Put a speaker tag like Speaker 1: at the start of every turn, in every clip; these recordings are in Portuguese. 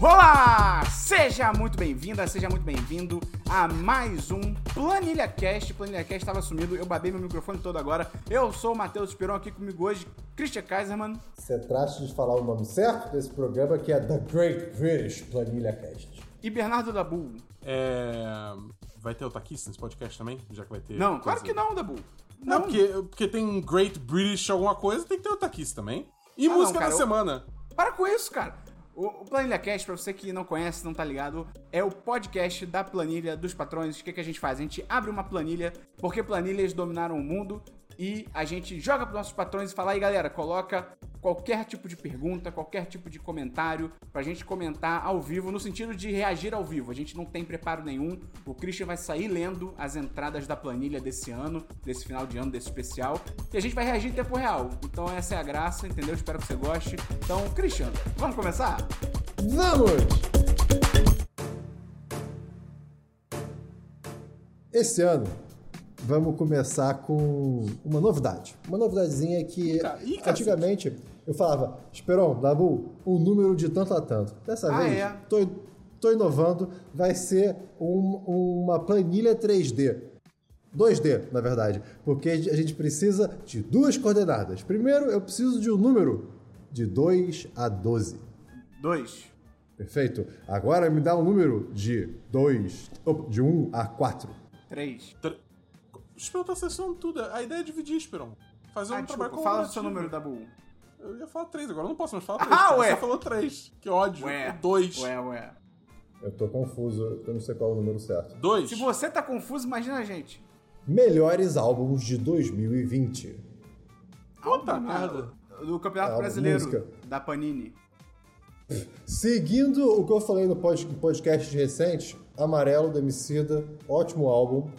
Speaker 1: Olá! Seja muito bem-vinda, seja muito bem-vindo a mais um Planilha Cast. Planilha Cast estava sumido, eu babei meu microfone todo agora. Eu sou o Matheus Esperon, aqui comigo hoje, Christian Kaiserman.
Speaker 2: Você trata de falar o nome certo desse programa que é The Great British Planilha Cast.
Speaker 1: E Bernardo Dabu.
Speaker 3: É... Vai ter o Taquice nesse podcast também? Já que vai ter.
Speaker 1: Não,
Speaker 3: coisa-
Speaker 1: claro que não, Dabu.
Speaker 3: Não, porque, porque tem um Great British alguma coisa, tem que ter o Taquice também. E
Speaker 1: Ah, não,
Speaker 3: música
Speaker 1: cara,
Speaker 3: da
Speaker 1: eu-
Speaker 3: semana.
Speaker 1: Para com isso, cara. O o Planilha Cast, pra você que não conhece, não tá ligado, é o podcast da planilha dos patrões. O que, que a gente faz? A gente abre uma planilha, porque planilhas dominaram o mundo, e a gente joga pros nossos patrões e fala aí, galera, coloca qualquer tipo de pergunta, qualquer tipo de comentário, pra gente comentar ao vivo, no sentido de reagir ao vivo. A gente não tem preparo nenhum. O Christian vai sair lendo as entradas da planilha desse ano, desse final de ano, desse especial, e a gente vai reagir em tempo real. Então essa é a graça, entendeu? Espero que você goste. Então, Christian, vamos começar?
Speaker 2: Vamos! Esse ano, vamos começar com uma novidade. Uma novidadezinha que
Speaker 3: Ih, ca- ih, cacete.
Speaker 2: antigamente eu falava, Esperon, Dabu, um número de tanto a tanto. Dessa
Speaker 1: Ah,
Speaker 2: vez,
Speaker 1: é?
Speaker 2: tô, tô inovando, vai ser um- uma planilha 3D. 2D, na verdade, porque a gente precisa de duas coordenadas. Primeiro, eu preciso de um número de 2 a 12.
Speaker 1: Dois.
Speaker 2: Perfeito. Agora me dá um número de 2, de 1 um a 4.
Speaker 1: Três.
Speaker 3: Tr... O Esperon tá acessando tudo. A ideia é dividir, Esperon. Fazer um
Speaker 1: Ah,
Speaker 3: trabalho
Speaker 1: desculpa, fala o seu
Speaker 3: colaborativo.
Speaker 1: número da Bull.
Speaker 3: Eu ia falar três, agora eu não posso mais falar três.
Speaker 1: Ah,
Speaker 3: cara.
Speaker 1: ué.
Speaker 3: Você falou três. Que ódio.
Speaker 1: Ué.
Speaker 3: Dois.
Speaker 1: Ué, ué.
Speaker 2: Eu tô confuso, eu não sei qual é o número certo.
Speaker 3: Dois.
Speaker 1: Se você tá confuso, imagina a gente.
Speaker 2: Melhores álbuns de 2020.
Speaker 3: Puta
Speaker 1: Álbum, né,
Speaker 3: Ah, tá merda.
Speaker 1: Do Campeonato
Speaker 2: Álbum,
Speaker 1: Brasileiro
Speaker 2: música.
Speaker 1: da Panini.
Speaker 2: Seguindo o que eu falei no pod- podcast recente, Amarelo do Emicida, ótimo álbum.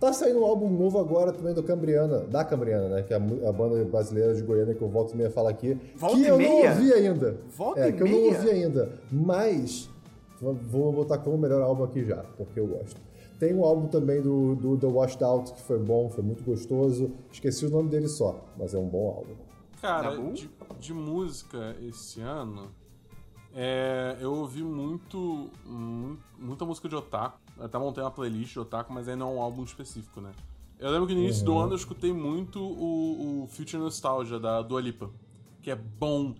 Speaker 2: Tá saindo um álbum novo agora também do Cambriana, da Cambriana, né? Que é a, mu- a banda brasileira de Goiânia que eu volto e meia falar aqui.
Speaker 1: Volta
Speaker 2: que
Speaker 1: e
Speaker 2: eu
Speaker 1: meia?
Speaker 2: não ouvi ainda.
Speaker 1: Volta
Speaker 2: é,
Speaker 1: e
Speaker 2: que eu não
Speaker 1: meia?
Speaker 2: ouvi ainda. Mas v- vou botar como melhor álbum aqui já, porque eu gosto. Tem um álbum também do, do The Washed Out que foi bom, foi muito gostoso. Esqueci o nome dele só, mas é um bom álbum.
Speaker 3: Cara,
Speaker 1: Dabu?
Speaker 3: de, de música esse ano, é, eu ouvi muito, mu- muita música de otaku. Eu até montei uma playlist de otaku, mas aí não é um álbum específico, né? Eu lembro que no início do ano eu escutei muito o, o Future Nostalgia da Dua Lipa, que é bom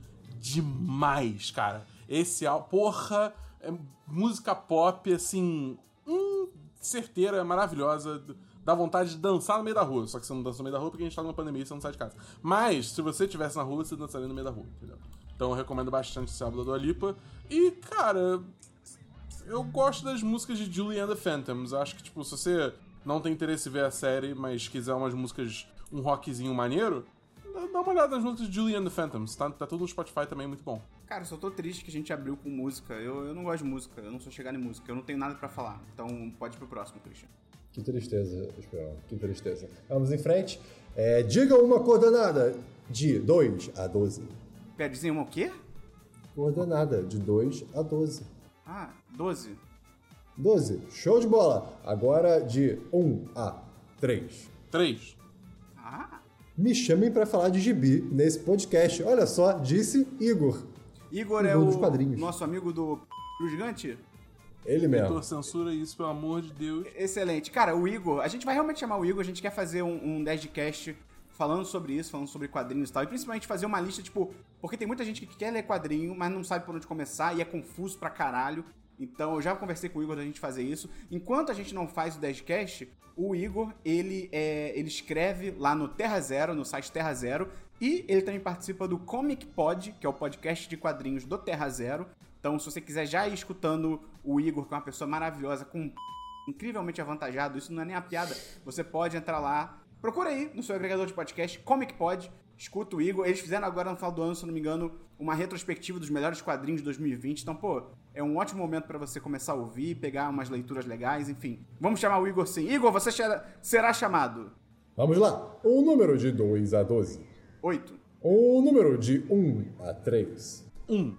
Speaker 3: demais, cara. Esse álbum, porra, é música pop, assim, hum, certeira, maravilhosa. Dá vontade de dançar no meio da rua. Só que você não dança no meio da rua porque a gente tá numa pandemia e você não sai de casa. Mas, se você estivesse na rua, você dançaria no meio da rua, entendeu? Então eu recomendo bastante esse álbum da Dua Lipa. E, cara, eu gosto das músicas de Julie and the Phantoms. Eu Acho que, tipo, se você não tem interesse em ver a série, mas quiser umas músicas, um rockzinho maneiro, dá- dá uma olhada nas músicas de Julie and the Phantoms. Tá, tá tudo no Spotify também, muito bom.
Speaker 1: Cara, só tô triste que a gente abriu com música. Eu, eu não gosto de música, eu não sou chegado em música, eu não tenho nada pra falar. Então pode ir pro próximo, Christian.
Speaker 2: Que tristeza, Esperão, que tristeza. Vamos em frente. É, diga uma coordenada de 2 a 12.
Speaker 1: Quer dizer uma o quê?
Speaker 2: Coordenada de 2 a 12.
Speaker 1: Ah, 12.
Speaker 2: 12, show de bola! Agora de 1 a 3.
Speaker 3: Três.
Speaker 1: Ah.
Speaker 2: Me chamem pra falar de gibi nesse podcast. Olha só, disse Igor.
Speaker 1: Igor
Speaker 2: Um
Speaker 1: é
Speaker 2: dono
Speaker 1: o
Speaker 2: dos quadrinhos.
Speaker 1: nosso amigo do do Gigante?
Speaker 2: Ele
Speaker 3: Tô
Speaker 2: mesmo.
Speaker 3: censura é isso, pelo amor de Deus.
Speaker 1: Excelente. Cara, o Igor, a gente vai realmente chamar o Igor, a gente quer fazer um, um 10 de cast falando sobre isso, falando sobre quadrinhos e tal, e principalmente fazer uma lista, tipo, porque tem muita gente que quer ler quadrinho, mas não sabe por onde começar e é confuso pra caralho. Então, eu já conversei com o Igor da gente fazer isso. Enquanto a gente não faz o 10 de cast, o Igor, ele, é, ele escreve lá no Terra Zero, no site Terra Zero, e ele também participa do Comic Pod, que é o podcast de quadrinhos do Terra Zero. Então, se você quiser já ir escutando o Igor, que é uma pessoa maravilhosa, com um incrivelmente avantajado, isso não é nem a piada. Você pode entrar lá, procura aí no seu agregador de podcast, Comic Pod, escuta o Igor. Eles fizeram agora no final do ano, se eu não me engano, uma retrospectiva dos melhores quadrinhos de 2020. Então, pô, é um ótimo momento pra você começar a ouvir, pegar umas leituras legais, enfim. Vamos chamar o Igor sim. Igor, você será- será chamado.
Speaker 2: Vamos lá. Um número de 2 a 12.
Speaker 1: Oito.
Speaker 2: Um número de 1 a 3.
Speaker 3: Um.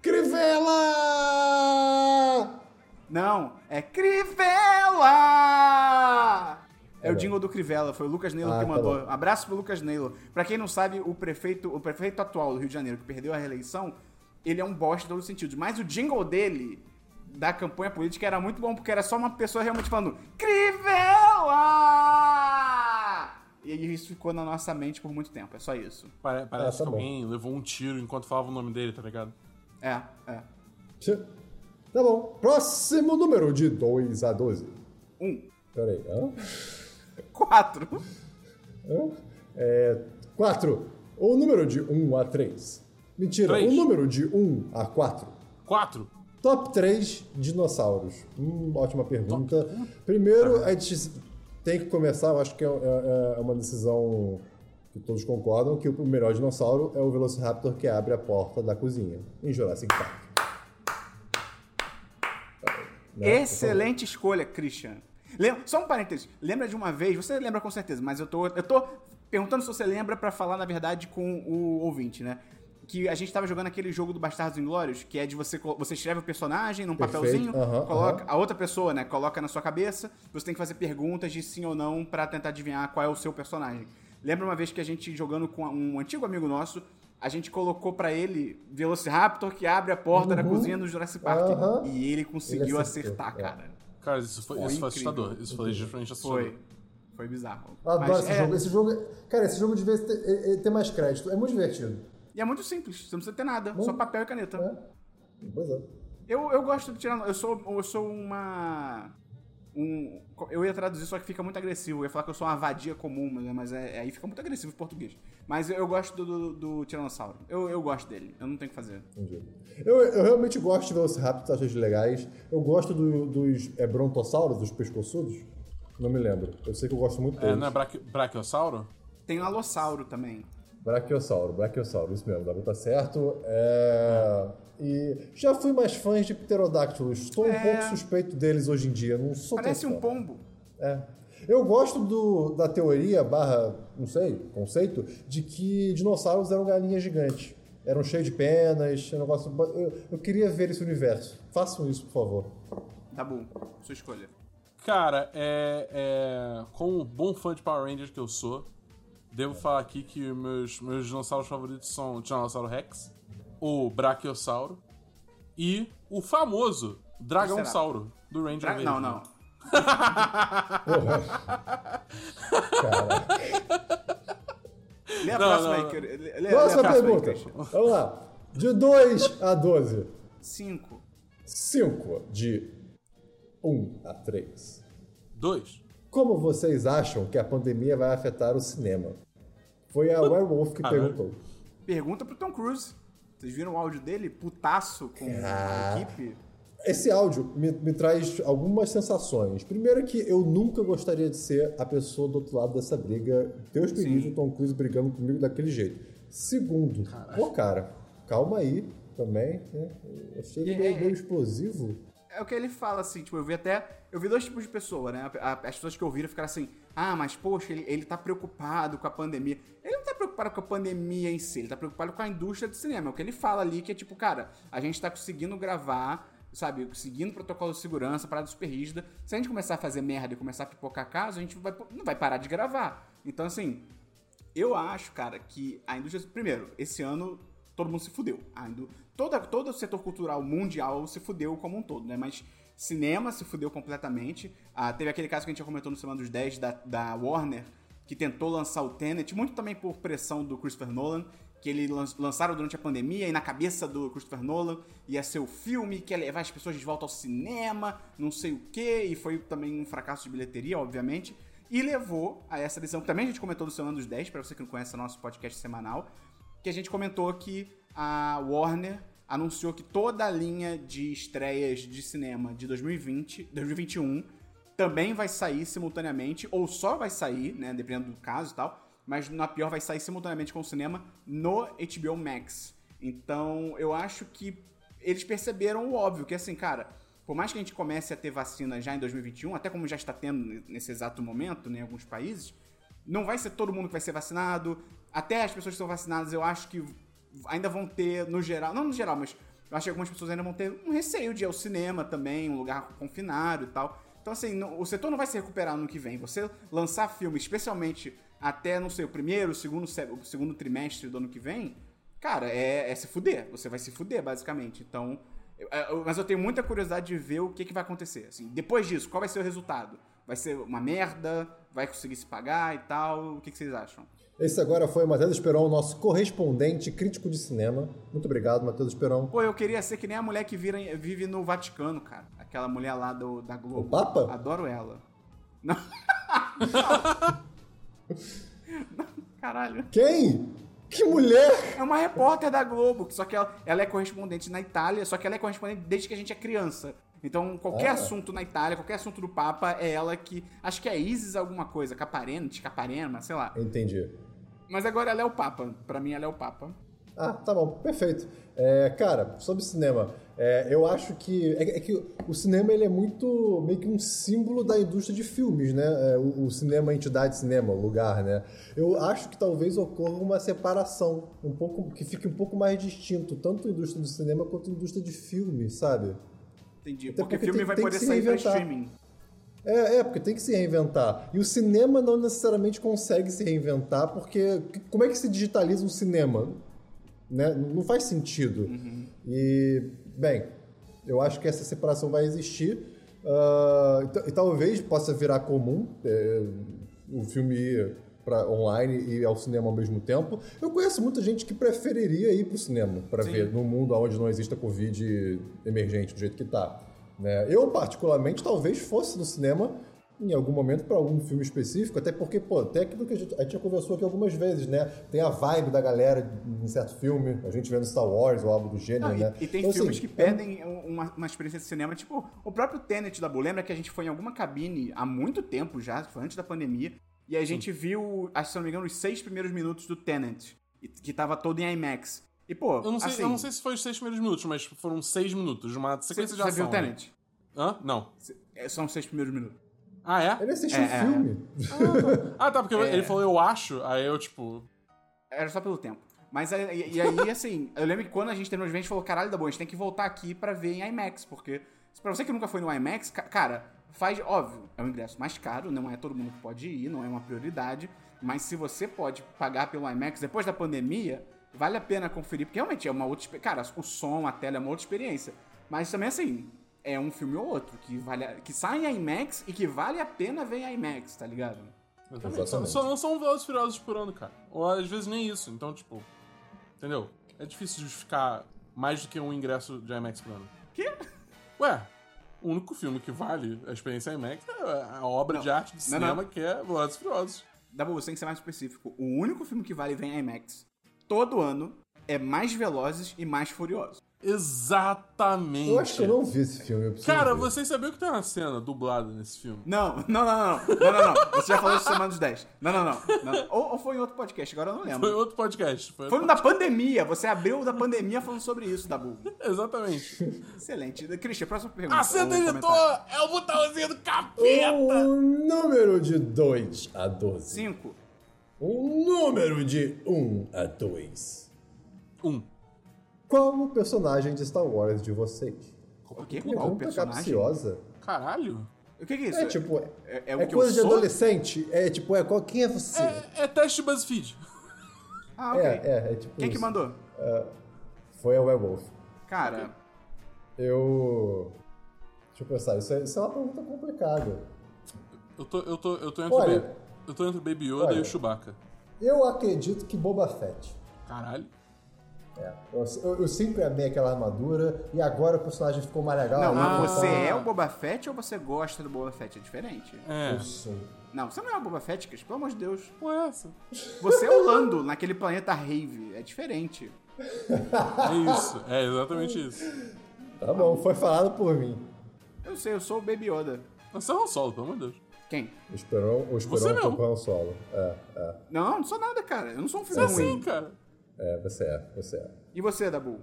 Speaker 2: Crivella!
Speaker 1: Não, é Crivella! É o
Speaker 2: bom.
Speaker 1: jingle do Crivella, foi o Lucas Neilo
Speaker 2: Ah,
Speaker 1: que
Speaker 2: tá
Speaker 1: mandou. Abraço pro Lucas Neilo. Pra quem não sabe, o prefeito, o prefeito atual do Rio de Janeiro, que perdeu a reeleição, ele é um bosta em todos os sentidos. Mas o jingle dele, da campanha política, era muito bom, porque era só uma pessoa realmente falando Crivella! E isso ficou na nossa mente por muito tempo, é só isso.
Speaker 3: Pare- Parece
Speaker 2: tá
Speaker 3: que
Speaker 2: bom.
Speaker 3: alguém levou um tiro enquanto falava o nome dele, tá ligado?
Speaker 1: É, é.
Speaker 2: Tá bom. Próximo número de 2 a 12.
Speaker 1: Um,
Speaker 2: Peraí. Hã?
Speaker 1: quatro,
Speaker 2: Hã? É, 4. O número de 1 a 3. Mentira,
Speaker 3: Três.
Speaker 2: o número de 1 a 4.
Speaker 3: Quatro!
Speaker 2: Top 3 dinossauros. Hum, ótima pergunta. Primeiro, a gente tem que começar, eu acho que é, é- é uma decisão que todos concordam, que o melhor dinossauro é o Velociraptor que abre a porta da cozinha, em Jurassic Park. Né?
Speaker 1: Excelente escolha, Christian. Lem- só um parênteses. Lembra de uma vez, você lembra com certeza, mas eu tô, eu tô perguntando se você lembra pra falar, na verdade, com o ouvinte, né? Que a gente tava jogando aquele jogo do Bastardos Inglórios, que é de você, colo- você escreve o personagem num
Speaker 2: Perfeito,
Speaker 1: papelzinho,
Speaker 2: aham,
Speaker 1: coloca
Speaker 2: aham.
Speaker 1: a outra pessoa, né? Coloca na sua cabeça, você tem que fazer perguntas de sim ou não pra tentar adivinhar qual é o seu personagem. Lembra uma vez que a gente jogando com um antigo amigo nosso, a gente colocou pra ele Velociraptor que abre a porta da
Speaker 2: Uhum.
Speaker 1: cozinha do Jurassic Park
Speaker 2: Aham.
Speaker 1: e ele conseguiu conseguiu
Speaker 2: Ele acertou,
Speaker 1: acertar,
Speaker 2: é.
Speaker 1: cara.
Speaker 3: Cara, isso foi,
Speaker 1: Foi
Speaker 3: isso foi
Speaker 1: incrível.
Speaker 3: assustador. Isso foi justamente assustador.
Speaker 1: Foi. Foi bizarro.
Speaker 2: Eu adoro
Speaker 1: Mas
Speaker 2: esse
Speaker 1: é-
Speaker 2: jogo. Esse jogo. Cara, esse jogo devia ter, ele- ele ter mais crédito. É muito divertido.
Speaker 1: E é muito simples, você não precisa ter nada, só papel e caneta.
Speaker 2: É. Pois é.
Speaker 1: Eu, eu gosto de tirar. Eu sou, eu sou uma. Um, eu ia traduzir, só que fica muito agressivo. Eu ia falar que eu sou uma vadia comum, mas, mas é, aí fica muito agressivo em português. Mas eu, eu gosto do, do, do Tiranossauro. Eu, eu gosto dele, eu não tenho o que fazer.
Speaker 2: Entendi. Eu, eu realmente gosto de Velociraptors, acho eles legais. Eu gosto do- dos é, brontossauros, dos pescoçudos. Não me lembro. Eu sei que eu gosto muito
Speaker 3: É,
Speaker 2: deles.
Speaker 3: não é braque- Brachiosauro?
Speaker 1: Tem o Alossauro também.
Speaker 2: Brachiosauro, Brachiosauro, isso mesmo, W tá certo. É... E já fui mais fã de pterodáctilos. Estou um
Speaker 1: É.
Speaker 2: pouco suspeito deles hoje em dia. Não sou tão
Speaker 1: Parece um
Speaker 2: fã.
Speaker 1: pombo.
Speaker 2: É. Eu gosto do- da teoria barra, não sei, conceito, de que dinossauros eram galinhas gigantes. Eram cheios de penas, era um negócio. Eu, eu queria ver esse universo. Façam isso, por favor.
Speaker 1: Tá bom, sua escolha.
Speaker 3: Cara, é, é, Como bom fã de Power Rangers que eu sou, devo falar aqui que meus, meus dinossauros favoritos são o Tiranossauro Rex, o Brachiosauro e o famoso Dragonsauro do Ranger
Speaker 1: Dra-
Speaker 3: Verde.
Speaker 1: não, não.
Speaker 2: Porra. Cara.
Speaker 1: Lê a
Speaker 3: Não,
Speaker 1: próxima
Speaker 3: não,
Speaker 1: aí, que eu- lê- lê- lê a É,
Speaker 2: Próxima
Speaker 1: próxima aí,
Speaker 2: pergunta.
Speaker 1: Christian.
Speaker 2: Vamos lá. De 2 a 12.
Speaker 1: Cinco.
Speaker 2: 5 de 1 um a 3.
Speaker 3: Dois.
Speaker 2: Como vocês acham que a pandemia vai afetar o cinema? Foi a Werewolf que
Speaker 3: Caralho.
Speaker 2: perguntou.
Speaker 1: Pergunta pro Tom Cruise. Vocês viram o áudio dele? Putaço com a
Speaker 2: Ah.
Speaker 1: equipe?
Speaker 2: Esse áudio me, me traz algumas sensações. Primeiro é que eu nunca gostaria de ser a pessoa do outro lado dessa briga. Deus me livre, Tom Cruise brigando comigo daquele jeito. Segundo, pô, cara, calma aí também. Né? Eu achei ele meio, meio explosivo.
Speaker 1: É o que ele fala, assim, tipo, eu vi até. Eu vi dois tipos de pessoa, né? A- As pessoas que ouviram ficaram assim, ah, mas poxa, ele, ele tá preocupado com a pandemia. Ele não tá preocupado com a pandemia em si, ele tá preocupado com a indústria do cinema. É O que ele fala ali que é tipo, cara, a gente tá conseguindo gravar, sabe, seguindo o protocolo de segurança, parada super rígida. Se a gente começar a fazer merda e começar a pipocar caso, a gente vai- não vai parar de gravar. Então, assim, Eu acho, cara, que a indústria. Primeiro, esse ano todo mundo se fudeu. A indu- toda, todo o setor cultural mundial se fudeu como um todo, né? Mas cinema se fudeu completamente. Ah, teve aquele caso que a gente já comentou no Semana dos 10 da, da Warner, que tentou lançar o Tenet, muito também por pressão do Christopher Nolan, que eles lançaram durante a pandemia e na cabeça do Christopher Nolan ia ser o filme que ia levar as pessoas de volta ao cinema, não sei o quê, e foi também um fracasso de bilheteria, obviamente, e levou a essa decisão, que também a gente comentou no seu ano dos 10, para você que não conhece o nosso podcast semanal, que a gente comentou que a Warner anunciou que toda a linha de estreias de cinema de 2020, 2021 também vai sair simultaneamente, ou só vai sair, né, dependendo do caso e tal, mas na pior vai sair simultaneamente com o cinema no HBO Max. Então, eu acho que eles perceberam o óbvio, que assim, cara, por mais que a gente comece a ter vacina já em 2021, até como já está tendo nesse exato momento, né, em alguns países, não vai ser todo mundo que vai ser vacinado. Até as pessoas que são vacinadas, eu acho que ainda vão ter, no geral, não no geral, mas eu acho que algumas pessoas ainda vão ter um receio de ir ao cinema também, um lugar confinado e tal. Então, assim, não- o setor não vai se recuperar no que vem. Você lançar filme, especialmente até, não sei, o primeiro, o segundo, se- o segundo trimestre do ano que vem, cara, é, é se fuder. Você vai se fuder, basicamente. Então. eu- eu- mas eu tenho muita curiosidade de ver o que, que vai acontecer. Assim, depois disso, qual vai ser o resultado? Vai ser uma merda? Vai conseguir se pagar e tal? O que, que vocês acham?
Speaker 2: Esse agora foi o Matheus Esperon, nosso correspondente crítico de cinema. Muito obrigado, Matheus Esperon.
Speaker 1: Pô, eu queria ser que nem a mulher que vira, vive no Vaticano, cara. Aquela mulher lá do, da Globo.
Speaker 2: O Papa?
Speaker 1: Adoro ela. Não. Não, Caralho.
Speaker 2: Quem? Que mulher!
Speaker 1: É uma repórter da Globo, só que ela, ela é correspondente na Itália, só que ela é correspondente desde que a gente é criança. Então, qualquer
Speaker 2: Ah.
Speaker 1: assunto na Itália, qualquer assunto do Papa, é ela que. Acho que é Isis alguma coisa, Caparena, Caparena, sei lá.
Speaker 2: Entendi.
Speaker 1: Mas agora ela é o Papa. Pra mim, ela é o Papa.
Speaker 2: Ah, tá bom, perfeito. É, cara, sobre cinema, é, eu acho que é, é que o cinema ele é muito meio que um símbolo da indústria de filmes, né? É, o, o cinema, a entidade cinema, o lugar, né? Eu acho que talvez ocorra uma separação um pouco que fique um pouco mais distinto, tanto a indústria do cinema quanto a indústria de filme, sabe?
Speaker 1: Entendi.
Speaker 2: Até
Speaker 1: porque
Speaker 2: Então, porque
Speaker 1: filme
Speaker 2: tem-
Speaker 1: vai
Speaker 2: tem que
Speaker 1: poder
Speaker 2: se
Speaker 1: sair pra
Speaker 2: reinventar.
Speaker 1: streaming.
Speaker 2: É, é, porque tem que se reinventar. E o cinema não necessariamente consegue se reinventar, porque c- como é que se digitaliza um cinema? Né? N- Não faz sentido. E, bem, eu acho que essa separação vai existir. Ah, e, ta- e talvez possa virar comum é, o filme ir para online e ir ao cinema ao mesmo tempo. Eu conheço muita gente que preferiria ir para o cinema para
Speaker 1: Sim.
Speaker 2: ver num mundo onde não exista Covid emergente do jeito que tá. né? Eu, particularmente, talvez fosse no cinema em algum momento para algum filme específico, até porque, pô, até aquilo que a gente, a gente já conversou aqui algumas vezes, né? Tem a vibe da galera em certo filme, a gente vendo Star Wars ou algo do gênero,
Speaker 1: Não, e-
Speaker 2: né?
Speaker 1: e, tem
Speaker 2: Então, assim,
Speaker 3: é
Speaker 1: filmes que pedem um- uma, uma experiência de cinema, tipo o próprio Tenet da Blue. Lembra que a gente foi em alguma cabine há muito tempo já, foi antes da pandemia, e a gente viu, acho, que, se eu não me engano, os seis primeiros minutos do Tenet, e- que tava todo em IMAX. E, pô,
Speaker 3: Eu não, sei,
Speaker 1: assim,
Speaker 3: eu não sei se foi os seis primeiros minutos, mas foram seis minutos de uma
Speaker 1: você,
Speaker 3: sequência de
Speaker 1: já
Speaker 3: ação.
Speaker 1: viu o
Speaker 3: né?
Speaker 1: Tenet?
Speaker 3: Hã? Não.
Speaker 1: É, São os seis primeiros minutos.
Speaker 3: Ah, é?
Speaker 2: Ele assistiu
Speaker 1: É, é,
Speaker 2: um filme.
Speaker 3: Ah, tá, porque eu-
Speaker 2: É.
Speaker 3: ele falou eu acho, aí eu, tipo...
Speaker 1: Era só pelo tempo. Mas aí- e, e aí, assim, eu lembro que quando a gente terminou de ver, a gente falou, caralho, da boa, a gente tem que voltar aqui pra ver em IMAX, porque se pra você que nunca foi no IMAX, ca- cara, faz, óbvio, é um ingresso mais caro, não é todo mundo que pode ir, não é uma prioridade, mas se você pode pagar pelo IMAX depois da pandemia, vale a pena conferir, porque realmente é uma outra, expe- cara, o som, a tela é uma outra experiência. Mas também assim, é um filme ou outro que vale, a- que sai em IMAX e que vale a pena ver em IMAX, tá ligado?
Speaker 2: Exatamente.
Speaker 3: Só não são Velozes e Furiosos por ano, cara. Ou às vezes nem isso, então, tipo... Entendeu? É difícil justificar mais do que um ingresso de IMAX por ano.
Speaker 1: Que?
Speaker 3: Ué, o único filme que vale a experiência IMAX é a obra
Speaker 1: Não.
Speaker 3: de arte de
Speaker 1: Não,
Speaker 3: cinema
Speaker 1: não.
Speaker 3: que é Velozes e Furiosos.
Speaker 1: Dabu, você tem que ser mais específico. O único filme que vale vem é IMAX todo ano é mais velozes e mais furiosos.
Speaker 3: Exatamente.
Speaker 2: Eu acho que eu não vi esse filme. eu preciso
Speaker 3: Cara,
Speaker 2: ver.
Speaker 3: vocês sabiam que tem uma cena dublada nesse filme?
Speaker 1: Não, não, não, não, não, não, não. Você já falou isso semana dos 10. Não, não, não. não. Ou, ou foi em outro podcast, agora eu não
Speaker 3: Foi
Speaker 1: lembro.
Speaker 3: outro podcast. Foi
Speaker 1: Foi no da pandemia, você abriu o da pandemia falando sobre isso, Dabu.
Speaker 3: Exatamente.
Speaker 1: Excelente. Christian, próxima pergunta.
Speaker 3: A cena
Speaker 1: ou
Speaker 3: editor
Speaker 1: comentário.
Speaker 3: é o botãozinho do capeta!
Speaker 2: Um número de 2 a 12.
Speaker 1: Cinco.
Speaker 2: Um número de 1 um a 2.
Speaker 3: Um.
Speaker 2: Qual o personagem de Star Wars de vocês?
Speaker 1: O quê? Qual o
Speaker 2: Pergunta
Speaker 1: personagem?
Speaker 2: capciosa.
Speaker 3: Caralho.
Speaker 1: O que, que é isso?
Speaker 2: É tipo,
Speaker 1: é,
Speaker 2: é,
Speaker 1: é o que eu
Speaker 2: coisa de
Speaker 1: sou?
Speaker 2: adolescente. É tipo, é qual, quem é você?
Speaker 3: É, é teste BuzzFeed.
Speaker 1: Ah, ok.
Speaker 2: é, é, é tipo
Speaker 1: Quem que
Speaker 2: isso.
Speaker 1: mandou?
Speaker 2: Foi a Werewolf.
Speaker 1: Cara,
Speaker 2: Eu... Deixa eu pensar, isso é, isso é uma pergunta complicada.
Speaker 3: Eu tô, eu tô, eu tô entre
Speaker 2: Olha.
Speaker 3: o Baby- eu tô entre o Baby Yoda
Speaker 2: Olha.
Speaker 3: e o Chewbacca.
Speaker 2: Eu acredito que Boba Fett.
Speaker 3: Caralho.
Speaker 2: É. Eu, eu, eu sempre amei aquela armadura e agora o personagem ficou mais legal.
Speaker 1: não,
Speaker 2: Ah,
Speaker 1: mas você
Speaker 2: então-
Speaker 1: é o Boba Fett ou você gosta do Boba Fett? É diferente.
Speaker 3: É.
Speaker 2: Eu sou.
Speaker 1: Não, você não é o Boba Fett, Cris, pelo amor de Deus.
Speaker 3: Ué, essa.
Speaker 1: Você é o Lando naquele planeta Rave. É diferente.
Speaker 3: É isso. É exatamente isso.
Speaker 2: Tá bom, foi falado por mim.
Speaker 1: Eu sei, eu sou o Baby Yoda.
Speaker 3: Você é um solo, pelo amor de Deus.
Speaker 1: Quem?
Speaker 2: O Esperon, o
Speaker 3: Você
Speaker 2: Esperon
Speaker 3: não.
Speaker 2: tocou um solo. É, é,
Speaker 1: Não, não sou nada, cara. Eu não sou um filme
Speaker 3: É
Speaker 1: ruim.
Speaker 3: assim, cara.
Speaker 2: é, você é, você é.
Speaker 1: E você, Dabu?